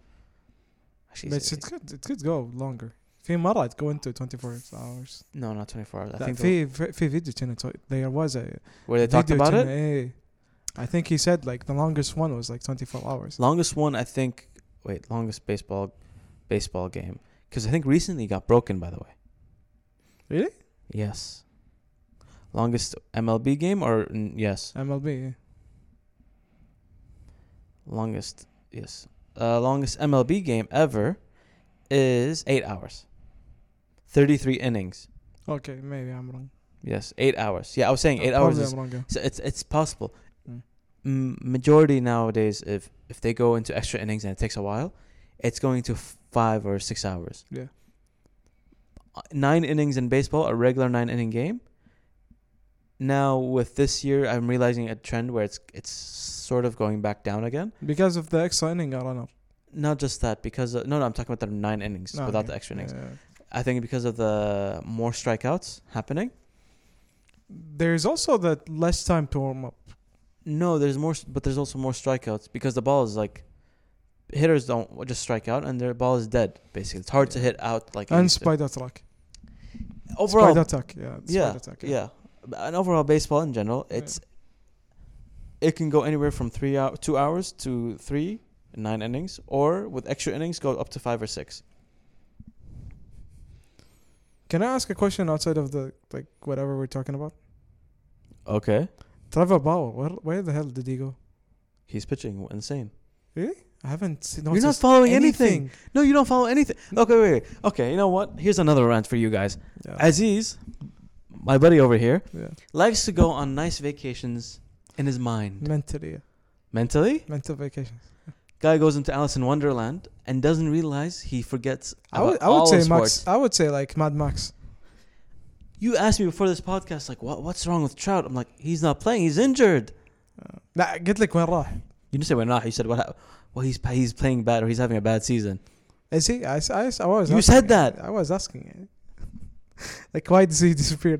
Speaker 1: Actually,
Speaker 2: But
Speaker 1: it's
Speaker 2: it could it could go longer. في مرة it go into 24 hours.
Speaker 1: no, not 24 hours. I
Speaker 2: لا
Speaker 1: think the,
Speaker 2: في في في فيديو كان تو- there was a
Speaker 1: where they talked
Speaker 2: video
Speaker 1: about
Speaker 2: كان-
Speaker 1: it.
Speaker 2: إيه. I think he said like the longest one was like 24 hours.
Speaker 1: Longest one, I think. Wait, longest baseball, baseball game. Because I think recently got broken. By the way.
Speaker 2: Really?
Speaker 1: Yes. Longest MLB game or mm, yes,
Speaker 2: MLB. yeah.
Speaker 1: longest yes, uh, longest MLB game ever is eight hours, thirty-three innings.
Speaker 2: Okay, maybe I'm wrong.
Speaker 1: Yes, eight hours. Yeah, I was saying eight hours
Speaker 2: Probably
Speaker 1: is
Speaker 2: I'm wrong. yeah.
Speaker 1: So it's it's possible.
Speaker 2: Mm.
Speaker 1: M- majority nowadays, if if they go into extra innings and it takes a while, it's going to f- five or six hours.
Speaker 2: Yeah.
Speaker 1: Uh, Nine innings in baseball, a regular nine inning game. Now with this year, I'm realizing a trend where it's it's sort of going back down again.
Speaker 2: Because of the extra inning I don't know.
Speaker 1: Not just that, because uh no, no, I'm talking about the nine innings
Speaker 2: No,
Speaker 1: without
Speaker 2: okay.
Speaker 1: the extra innings.
Speaker 2: Yeah.
Speaker 1: I think because of the more strikeouts happening.
Speaker 2: There's also that less time to warm up.
Speaker 1: No, there's more, s- but there's also more strikeouts because the ball is like hitters don't just strike out and their ball is dead. Basically, it's hard to hit out like it
Speaker 2: And
Speaker 1: used to.
Speaker 2: spider attack.
Speaker 1: overall.
Speaker 2: Spider attack. Yeah.
Speaker 1: yeah,
Speaker 2: Spider attack.
Speaker 1: yeah, B- and overall baseball in general,
Speaker 2: Yeah.
Speaker 1: it's it can go anywhere from three hour, two hours to three nine innings, or with extra innings go up to five or six.
Speaker 2: Can I ask a question outside of the like whatever we're talking about?
Speaker 1: Okay,
Speaker 2: Trevor Bauer, where where the hell did he go?
Speaker 1: he's pitching insane.
Speaker 2: I haven't seen.
Speaker 1: You're not following anything. No, you don't follow anything. Okay, wait, wait. okay. You know what? Here's another rant for you guys.
Speaker 2: Yeah.
Speaker 1: Aziz, my buddy over here.
Speaker 2: yeah.
Speaker 1: likes to go on nice vacations in his mind.
Speaker 2: Mentally, yeah.
Speaker 1: Mentally,
Speaker 2: mental vacations.
Speaker 1: guy goes into Alice in Wonderland and doesn't realize he forgets.
Speaker 2: I would,
Speaker 1: about
Speaker 2: I would
Speaker 1: all
Speaker 2: say
Speaker 1: of
Speaker 2: Max.
Speaker 1: sports.
Speaker 2: I would say like Mad Max.
Speaker 1: You asked me before this podcast, like, what, what's wrong with Trout? I'm like, he's not playing. He's injured.
Speaker 2: لا قلت لك وين راح؟
Speaker 1: You didn't say we're not. You said what? hap- Well, he's he's playing bad or he's having a bad season.
Speaker 2: Is he? I, s- I, s- I was.
Speaker 1: You
Speaker 2: asking,
Speaker 1: said that.
Speaker 2: I was asking. like why did he disappear?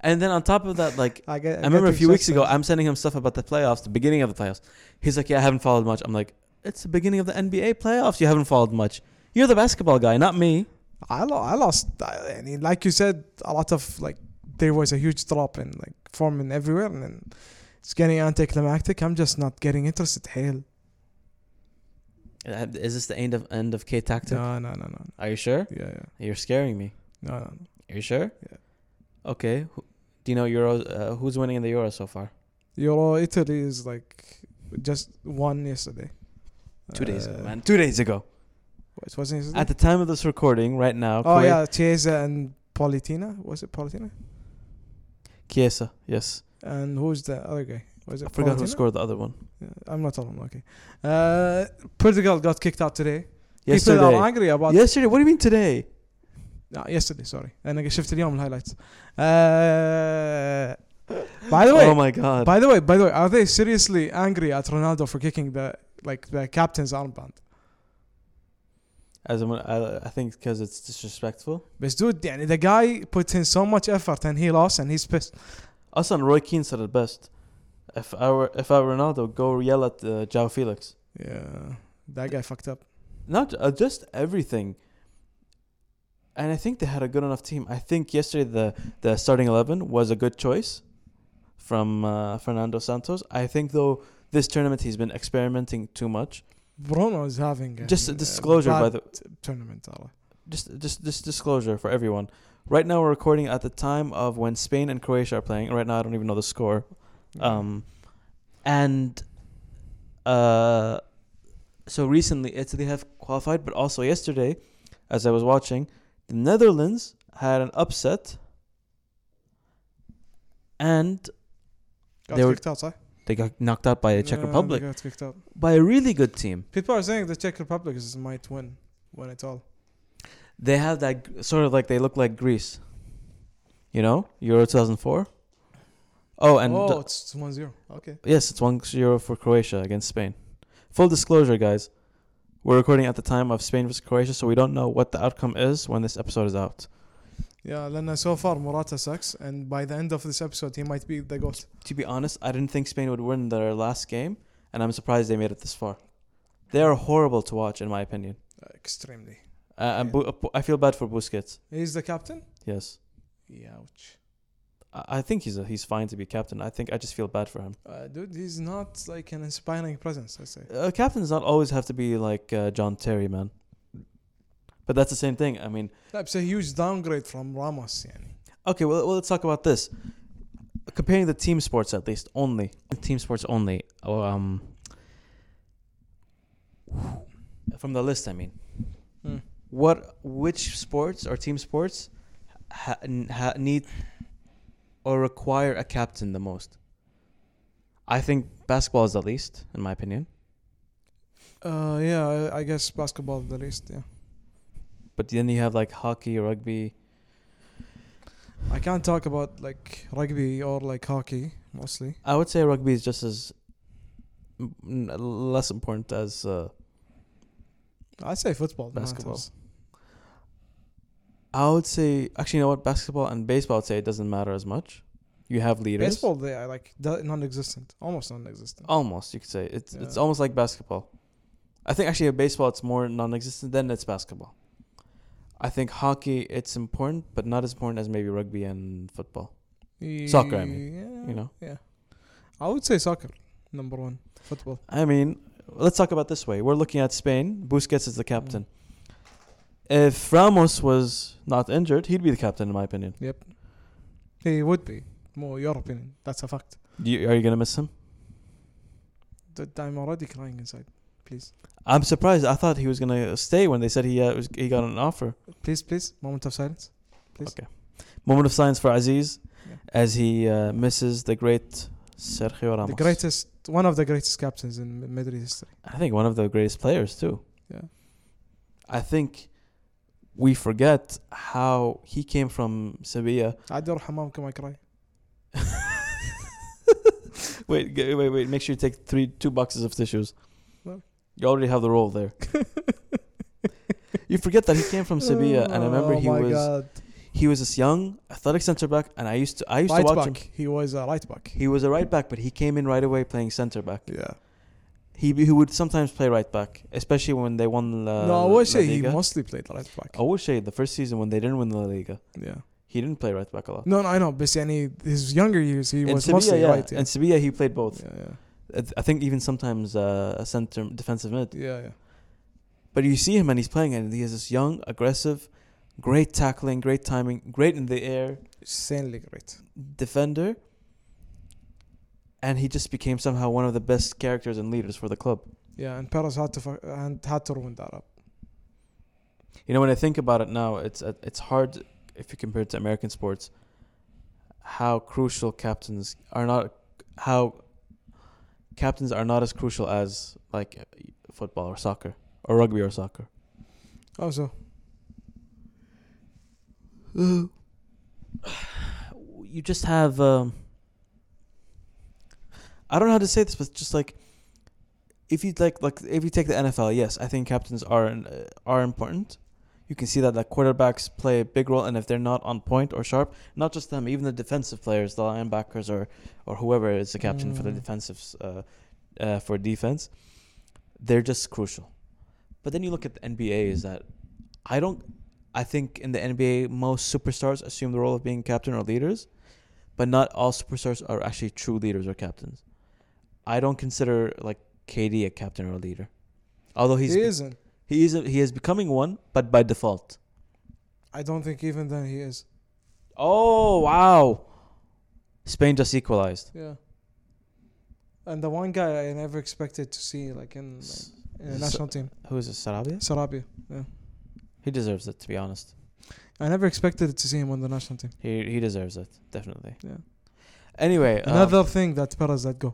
Speaker 1: And then on top of that, like.
Speaker 2: I, get,
Speaker 1: I remember a
Speaker 2: get
Speaker 1: few weeks ago,
Speaker 2: exhausted.
Speaker 1: I'm sending him stuff about the playoffs, the beginning of the playoffs. He's like, "Yeah, I haven't followed much." I'm like, "It's the beginning of the NBA playoffs. You haven't followed much. You're the basketball guy, not me."
Speaker 2: I, lo- I lost. I, I mean, like you said, a lot of like there was a huge drop in like forming everywhere, and then it's getting anticlimactic. I'm just not getting interested. Hell,
Speaker 1: Uh, Is this the end of end of K tactic?
Speaker 2: no, no, no, no.
Speaker 1: Are you sure?
Speaker 2: Yeah, yeah,
Speaker 1: You're scaring me.
Speaker 2: no, no. no.
Speaker 1: Are you sure?
Speaker 2: Yeah.
Speaker 1: Okay. Who, do you know Euros? Uh, who's winning in the Euros so far?
Speaker 2: Euro Italy is like just one yesterday.
Speaker 1: Two days ago,
Speaker 2: Uh,
Speaker 1: man. Two days ago.
Speaker 2: It wasn't yesterday.
Speaker 1: At the time of this recording, right now.
Speaker 2: oh
Speaker 1: Kuwait-
Speaker 2: yeah, Chiesa and Politina. Was it Politina?
Speaker 1: Chiesa. Yes.
Speaker 2: And who's the other guy? Was it
Speaker 1: I forgot who
Speaker 2: Politina?
Speaker 1: scored the other one.
Speaker 2: Yeah, I'm not alone. Okay. Uh, Portugal got kicked out today. People are
Speaker 1: Yesterday.
Speaker 2: angry about.
Speaker 1: Yesterday. What do you mean today?
Speaker 2: No, Ah, yesterday. Sorry. أنا شفت اليوم الهايلايتس. Uh, by the way,
Speaker 1: oh my God.
Speaker 2: by the way, by the way, are they seriously angry at Ronaldo for kicking the like the captain's armband?
Speaker 1: As I'm, I, I think because it's disrespectful.
Speaker 2: بس dude يعني the guy puts in so much effort and he lost and he's pissed.
Speaker 1: Also, Roy Keane said it best. If I were if I were Ronaldo, go yell at uh, Joao Felix.
Speaker 2: Yeah, that guy fucked up.
Speaker 1: not uh, just everything. And I think they had a good enough team. I think yesterday the the starting eleven was a good choice from uh, Fernando Santos. I think though this tournament he's been experimenting too much.
Speaker 2: Bruno is having a,
Speaker 1: Just a disclosure,
Speaker 2: bad
Speaker 1: by the
Speaker 2: tournament. Allah.
Speaker 1: just just this disclosure for everyone. Right now we're recording at the time of when Spain and Croatia are playing. Right now I don't even know the score. Um, and uh, so recently Italy have qualified, but also yesterday, as I was watching, the Netherlands had an upset, and
Speaker 2: got
Speaker 1: they were-
Speaker 2: kicked out. صح؟
Speaker 1: They got knocked out by the Czech
Speaker 2: Yeah, they
Speaker 1: Republic,
Speaker 2: got kicked out.
Speaker 1: by a really good team.
Speaker 2: People are saying the Czech Republic is, might win, win it all.
Speaker 1: They have that g- sort of like they look like Greece. You know, Euro 2004. Oh, and
Speaker 2: oh,
Speaker 1: the-
Speaker 2: it's 1-0. Okay.
Speaker 1: Yes, it's 1 0 for Croatia against Spain. Full disclosure, guys, we're recording at the time of Spain versus Croatia, so we don't know what the outcome is when this episode is out.
Speaker 2: Yeah, لأن so far Morata sucks, and by the end of this episode he might be the goat.
Speaker 1: To be honest, I didn't think Spain would win their last game, and I'm surprised they made it this far. They are horrible to watch, in my opinion.
Speaker 2: Extremely.
Speaker 1: Uh, and Bu- I feel bad for Busquets.
Speaker 2: He's the captain.
Speaker 1: Yes,
Speaker 2: Ouch.
Speaker 1: I I think he's a, he's fine to be captain. I think I just feel bad for him.
Speaker 2: Uh, dude, he's not like an inspiring presence. I say.
Speaker 1: Uh, captains not always have to be like uh, John Terry, man. But that's the same thing. I mean,
Speaker 2: That's a huge downgrade from Ramos. يعني.
Speaker 1: Okay, well, well, let's talk about this. Comparing the team sports, at least only team sports only. Um, from the list, I mean,
Speaker 2: Hmm.
Speaker 1: what which sports or team sports ha- n- ha- need or require a captain the most? I think basketball is the least, in my opinion.
Speaker 2: Uh, yeah, I- I guess basketball the least. Yeah,
Speaker 1: But then you have like hockey, rugby.
Speaker 2: I can't talk about like rugby or like hockey mostly.
Speaker 1: I would say rugby is just as m- n- less important as. Uh,
Speaker 2: I say football.
Speaker 1: Basketball.
Speaker 2: matters.
Speaker 1: I would say actually, you know what? Basketball and baseball, I'd say it doesn't matter as much. You have leaders.
Speaker 2: Baseball, they are like da- non-existent, almost non-existent.
Speaker 1: almost you could say it's it's
Speaker 2: Yeah.
Speaker 1: almost like basketball. I think actually, in baseball it's more non-existent than it's basketball. I think hockey it's important, but not as important as maybe rugby and football. Soccer, I mean,
Speaker 2: Yeah,
Speaker 1: you know?
Speaker 2: Yeah, I would say soccer number one. Football.
Speaker 1: I mean, let's talk about this way. We're looking at Spain. Busquets is the captain. If Ramos was not injured, he'd be the captain, in my opinion.
Speaker 2: He would be more your opinion. That's a fact.
Speaker 1: Do you, are you gonna miss him?
Speaker 2: Dude, I'm already crying inside. Please,
Speaker 1: I'm surprised. I thought he was gonna stay when they said he uh, was, he got an offer.
Speaker 2: please, please. Moment of silence.
Speaker 1: Moment of silence for Aziz
Speaker 2: Yeah.
Speaker 1: as he uh, misses the great Sergio Ramos.
Speaker 2: The greatest, one of the greatest captains in Madrid history.
Speaker 1: I think one of the greatest players too.
Speaker 2: Yeah.
Speaker 1: I think we forget how he came from Sevilla.
Speaker 2: عادي اروح حمام كما cry.
Speaker 1: Wait, g- wait, wait! Make sure you take three, two boxes of tissues.
Speaker 2: Well.
Speaker 1: You already have the roll there. you forget that he came from Sevilla, uh, and I remember
Speaker 2: oh
Speaker 1: he
Speaker 2: my
Speaker 1: was
Speaker 2: God.
Speaker 1: he was this young athletic center back, and I used to I used
Speaker 2: right
Speaker 1: to watch
Speaker 2: back.
Speaker 1: him.
Speaker 2: He was a right back.
Speaker 1: He was a right back, but he came in right away playing center back.
Speaker 2: Yeah.
Speaker 1: He he would sometimes play right back, especially when they won La,
Speaker 2: no, I
Speaker 1: Uh, La
Speaker 2: would say he
Speaker 1: Liga. Oh.
Speaker 2: mostly played right back.
Speaker 1: I would say the first season when they didn't win La Liga,
Speaker 2: Yeah.
Speaker 1: he didn't play right back a lot.
Speaker 2: No, no, I know. But يعني his younger years, he
Speaker 1: in
Speaker 2: was
Speaker 1: Sevilla,
Speaker 2: mostly
Speaker 1: yeah.
Speaker 2: right. Yeah.
Speaker 1: In Sevilla, he played both.
Speaker 2: yeah, yeah.
Speaker 1: I th- I think even sometimes uh, a center defensive mid.
Speaker 2: Yeah, yeah.
Speaker 1: But you see him and he's playing, and he is this young, aggressive, great tackling, great timing, great in the air
Speaker 2: Insanely great.
Speaker 1: defender. And he just became somehow one of the best characters and leaders for the club.
Speaker 2: Yeah, and Perez had to fu- and had to ruin that up.
Speaker 1: You know, when I think about it now, it's uh, it's hard if you compare it to American sports, how crucial captains are not, how captains are not as crucial as like football or soccer or rugby or soccer.
Speaker 2: Also,
Speaker 1: You just have, um, I don't know how to say this, but just like. If you like, like if you take the NFL, yes, I think captains are uh, are important. You can see that like quarterbacks play a big role, and if they're not on point or sharp, not just them, even the defensive players, the linebackers or or whoever is the captain for the
Speaker 2: Mm.
Speaker 1: defensive uh, uh, for defense, they're just crucial. But then you look at the NBA. Is that I don't. I think in the NBA, most superstars assume the role of being captain or leaders, but not all superstars are actually true leaders or captains. I don't consider like KD a captain or a leader, although he's
Speaker 2: he isn't.
Speaker 1: he is he is becoming one, but by default.
Speaker 2: I don't think even then he is.
Speaker 1: Oh wow! Spain just equalized.
Speaker 2: Yeah. And the one guy I never expected to see like in,
Speaker 1: S-
Speaker 2: in the
Speaker 1: S-
Speaker 2: national team,
Speaker 1: Who is it, Sarabia?
Speaker 2: Sarabia.
Speaker 1: He deserves it, to be honest.
Speaker 2: I never expected to see him on the national team.
Speaker 1: He he deserves it, definitely.
Speaker 2: Yeah.
Speaker 1: Anyway, um,
Speaker 2: Another thing that Perez let go.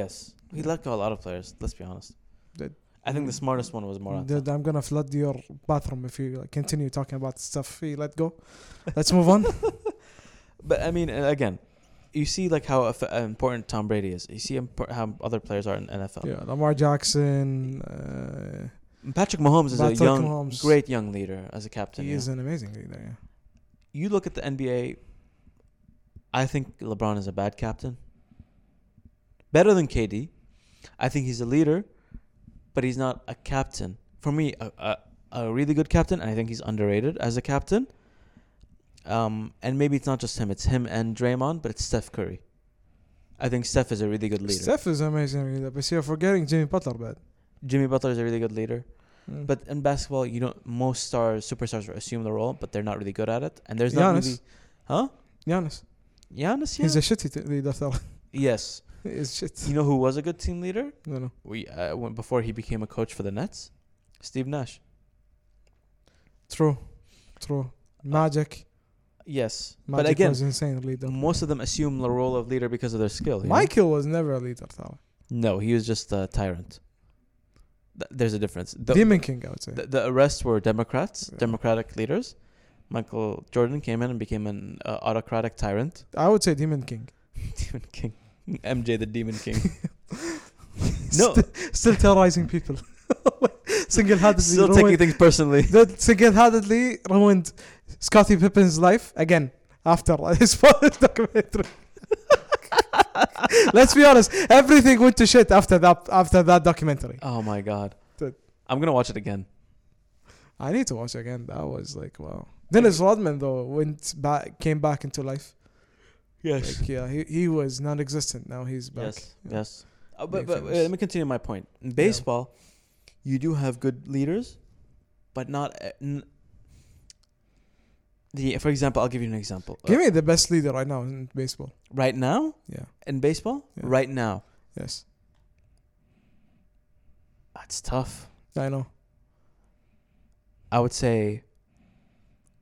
Speaker 1: Yes, he let go a lot of players. Let's be honest.
Speaker 2: That-
Speaker 1: I think the smartest one was Morata.
Speaker 2: Dude, I'm gonna flood your bathroom if you like, continue talking about stuff. Hey, let go. Let's move on.
Speaker 1: But I mean, and again, you see like how eff- important Tom Brady is. You see impor- how other players are in NFL.
Speaker 2: yeah, Lamar Jackson. Uh,
Speaker 1: Patrick Mahomes is
Speaker 2: Patrick
Speaker 1: a young,
Speaker 2: Mahomes.
Speaker 1: great young leader as a captain.
Speaker 2: he
Speaker 1: yeah.
Speaker 2: is an amazing leader.
Speaker 1: you look at the NBA. I think LeBron is a bad captain. Better than KD. I think he's a leader, but he's not a captain. For me, a, a, a really good captain, and I think he's underrated as a captain. Um, and maybe it's not just him; it's him and Draymond, but it's Steph Curry. I think Steph is a really good
Speaker 2: Yeah.
Speaker 1: leader.
Speaker 2: Steph is an amazing leader, but you're forgetting Jimmy Butler, but
Speaker 1: Jimmy Butler is a really good leader.
Speaker 2: Mm.
Speaker 1: But in basketball, you don't most stars, superstars assume the role, but they're not really good at it. And there's not
Speaker 2: Giannis.
Speaker 1: really, huh?
Speaker 2: Giannis,
Speaker 1: Giannis, yeah.
Speaker 2: he's a shitty t- leader. though.
Speaker 1: yes.
Speaker 2: he's shit.
Speaker 1: You know who was a good team leader?
Speaker 2: No, no.
Speaker 1: We uh, when, before he became a coach for the Nets, Steve Nash.
Speaker 2: True, true. Magic,
Speaker 1: Yes,
Speaker 2: Magic
Speaker 1: but again,
Speaker 2: was insane leader.
Speaker 1: most of them assume the role of leader because of their skill. you know?
Speaker 2: Michael was never a leader. Though.
Speaker 1: No, he was just a tyrant. Th- there's a difference. The,
Speaker 2: Demon King, I would say.
Speaker 1: the, the arrests were Democrats,
Speaker 2: Yeah.
Speaker 1: Democratic leaders. Michael Jordan came in and became an uh, autocratic tyrant.
Speaker 2: I would say Demon King.
Speaker 1: Demon King, MJ the Demon King. no,
Speaker 2: Still terrorizing people. Single-handedly
Speaker 1: still
Speaker 2: ruined
Speaker 1: taking things personally.
Speaker 2: that single-handedly ruined Scottie Pippen's life again after his father's documentary. Let's be honest, everything went to shit after that after that documentary.
Speaker 1: Oh my God,
Speaker 2: Dude.
Speaker 1: I'm gonna watch it again.
Speaker 2: I need to watch again. That was like wow. Dennis Rodman though went back, came back into life. Like, yeah, he, he was non-existent. Now he's back.
Speaker 1: Yes,
Speaker 2: Yeah.
Speaker 1: yes. Uh, but
Speaker 2: Make
Speaker 1: but uh,
Speaker 2: famous.
Speaker 1: let me continue my point. In baseball, you do have good leaders, but not uh, n- the. For example, I'll give you an example. Uh,
Speaker 2: Give me the best leader right now in baseball.
Speaker 1: right now
Speaker 2: Yeah.
Speaker 1: in baseball.
Speaker 2: Yeah.
Speaker 1: Right now,
Speaker 2: Yes,
Speaker 1: that's tough.
Speaker 2: I know.
Speaker 1: I would say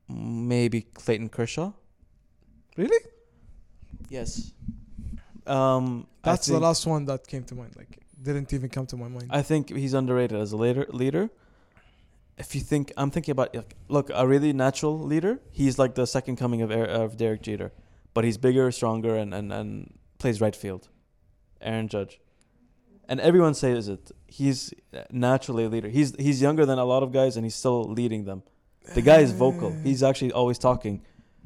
Speaker 1: maybe Clayton Kershaw.
Speaker 2: Really?
Speaker 1: Yes. Um, I
Speaker 2: That's the
Speaker 1: think-
Speaker 2: last one that came to mind. Like didn't even come to my mind.
Speaker 1: I think he's underrated as a leader. Leader. If you think I'm thinking about like, look, a really natural leader. He's like the second coming of Er- of Derek Jeter, but he's bigger, stronger, and and and plays right field. Aaron Judge, and everyone says it. He's naturally a leader. He's he's younger than a lot of guys, and he's still leading them. The guy is vocal.
Speaker 2: Uh,
Speaker 1: He's actually always talking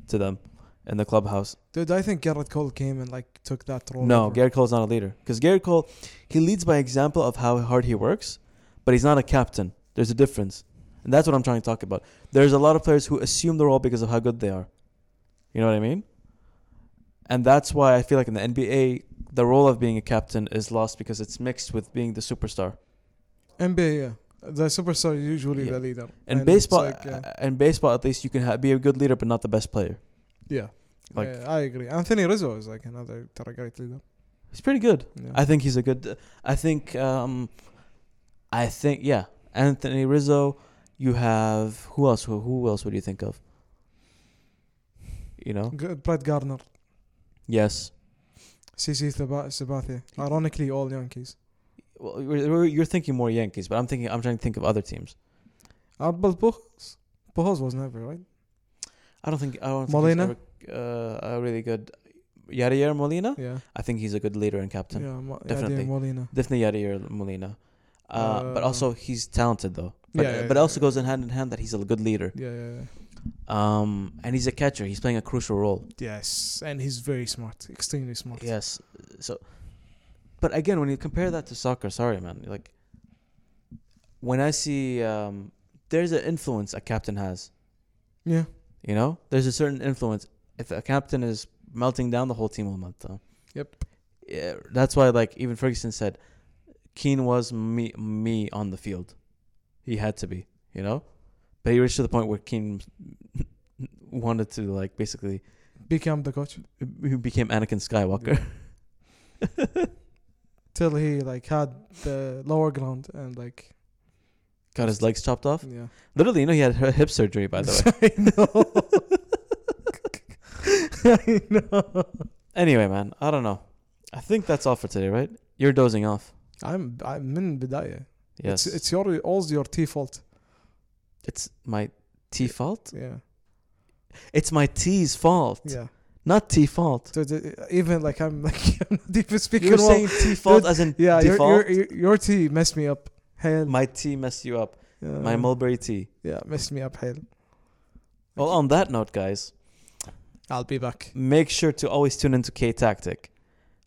Speaker 1: to them in the clubhouse.
Speaker 2: Dude, I think Garrett Cole came and like took that role.
Speaker 1: No,
Speaker 2: over.
Speaker 1: Garrett Cole's not a leader because Garrett Cole, he leads by example of how hard he works, but he's not a captain. There's a difference, and that's what I'm trying to talk about. There's a lot of players who assume the role because of how good they are. You know what I mean? And that's why I feel like in the NBA, the role of being a captain is lost because it's mixed with being the superstar.
Speaker 2: NBA, yeah. The superstar is usually
Speaker 1: Yeah.
Speaker 2: the leader.
Speaker 1: In
Speaker 2: it's
Speaker 1: baseball,
Speaker 2: like, uh,
Speaker 1: in baseball, at least you can ha- be a good leader but not the best player.
Speaker 2: yeah.
Speaker 1: like-
Speaker 2: Yeah, I agree. Anthony Rizzo is like another ter- great leader.
Speaker 1: He's pretty good.
Speaker 2: Yeah.
Speaker 1: I think he's a good. I think. Um, I think yeah, Anthony Rizzo. You have who else? Who, who else would you think of? You know.
Speaker 2: G- Brett Gardner,
Speaker 1: Yes.
Speaker 2: CC Thaba- Sabathia. Ironically, all Yankees.
Speaker 1: Well, you're, you're- you're thinking more Yankees, but I'm thinking. I'm trying to think of other teams.
Speaker 2: Uh, but Pujols, Pujols was never right.
Speaker 1: I don't think. I don't. Think
Speaker 2: Molina?
Speaker 1: he's ever, uh, a really good. Yadier Molina.
Speaker 2: Yeah,
Speaker 1: I think he's a good leader and captain.
Speaker 2: yeah, Mo-
Speaker 1: Definitely.
Speaker 2: Yadier Molina.
Speaker 1: Definitely Yadier Molina. Uh, but
Speaker 2: Uh,
Speaker 1: also he's talented though. But, uh,
Speaker 2: Yeah, yeah,
Speaker 1: but
Speaker 2: yeah,
Speaker 1: also
Speaker 2: yeah.
Speaker 1: goes in hand in hand that he's a good leader.
Speaker 2: Yeah, yeah, yeah.
Speaker 1: Um, and he's a catcher. He's playing a crucial role.
Speaker 2: Yes, and he's very smart, extremely smart.
Speaker 1: Yes. So, but again, when you compare that to soccer, sorry, man. Like, when I see, um, there's an influence a captain has.
Speaker 2: yeah.
Speaker 1: You know, there's a certain influence. If a captain is melting down, the whole team will melt down.
Speaker 2: Yep.
Speaker 1: Yeah, that's why, like, even Ferguson said, Keane was me, me on the field. He had to be, you know. But he reached to the point where Keane wanted to, like, basically
Speaker 2: Become the coach
Speaker 1: he became Anakin Skywalker.
Speaker 2: till he like had the lower ground and like
Speaker 1: Got his legs chopped off.
Speaker 2: yeah.
Speaker 1: Literally, you know, he had h- hip surgery, by the way.
Speaker 2: I know. I know.
Speaker 1: Anyway, man, I don't know. I think that's all for today, right? You're dozing off.
Speaker 2: I'm I'm من بداية
Speaker 1: Yes.
Speaker 2: it's, it's your all your T fault
Speaker 1: It's my T fault.
Speaker 2: yeah
Speaker 1: It's my T's fault,
Speaker 2: yeah
Speaker 1: not T fault.
Speaker 2: so the, even like I'm like I'm not even speaking
Speaker 1: You're saying
Speaker 2: well.
Speaker 1: T fault as in
Speaker 2: yeah your,
Speaker 1: default.
Speaker 2: your, your, your T messed me up حيل
Speaker 1: my tea messed you up.
Speaker 2: yeah.
Speaker 1: My mulberry tea.
Speaker 2: yeah messed me up حيل
Speaker 1: Well, on that note, guys,
Speaker 2: I'll be back
Speaker 1: make sure to always tune into K Tactic.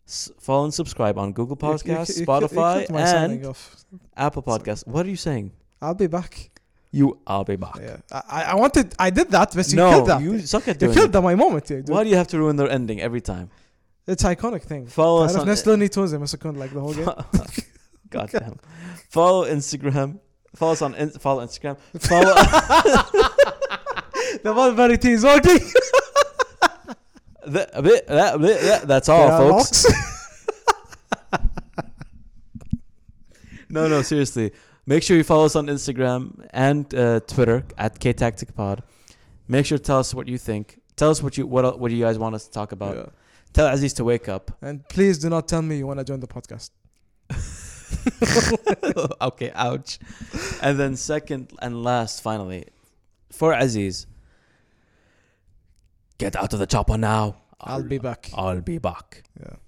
Speaker 1: S- follow and subscribe on Google
Speaker 2: You- you-
Speaker 1: Podcasts,
Speaker 2: you- you
Speaker 1: Spotify,
Speaker 2: clicked my
Speaker 1: and
Speaker 2: signing off.
Speaker 1: Apple Podcasts. What are you saying?
Speaker 2: I'll be back
Speaker 1: You, I'll be back.
Speaker 2: yeah I, I- I wanted I did that but you
Speaker 1: no,
Speaker 2: killed that
Speaker 1: you suck at
Speaker 2: you
Speaker 1: doing
Speaker 2: killed
Speaker 1: it.
Speaker 2: that my moment yeah, dude.
Speaker 1: Why do you have to ruin the ending every time?
Speaker 2: it's iconic thing
Speaker 1: Follow us
Speaker 2: تعرف
Speaker 1: on.
Speaker 2: ناس لوني تونز لما يكون like the whole game
Speaker 1: God damn. Follow Instagram. Follow us on in- follow Instagram. Follow.
Speaker 2: the mulberry T is working
Speaker 1: Th- a bit- that- bit- that- that's all,
Speaker 2: Yeah,
Speaker 1: folks.
Speaker 2: locks.
Speaker 1: No, no, seriously. Make sure you follow us on Instagram and uh, Twitter at KTacticPod. Make sure to tell us what you think. Tell us what you what el- what you guys want us to talk about.
Speaker 2: Yeah.
Speaker 1: Tell Aziz to wake up.
Speaker 2: And please do not tell me you want to join the podcast.
Speaker 1: okay, ouch. And then second and last, finally, for Aziz, get out of the chopper now.
Speaker 2: I'll be back.
Speaker 1: I'll be back.
Speaker 2: Yeah.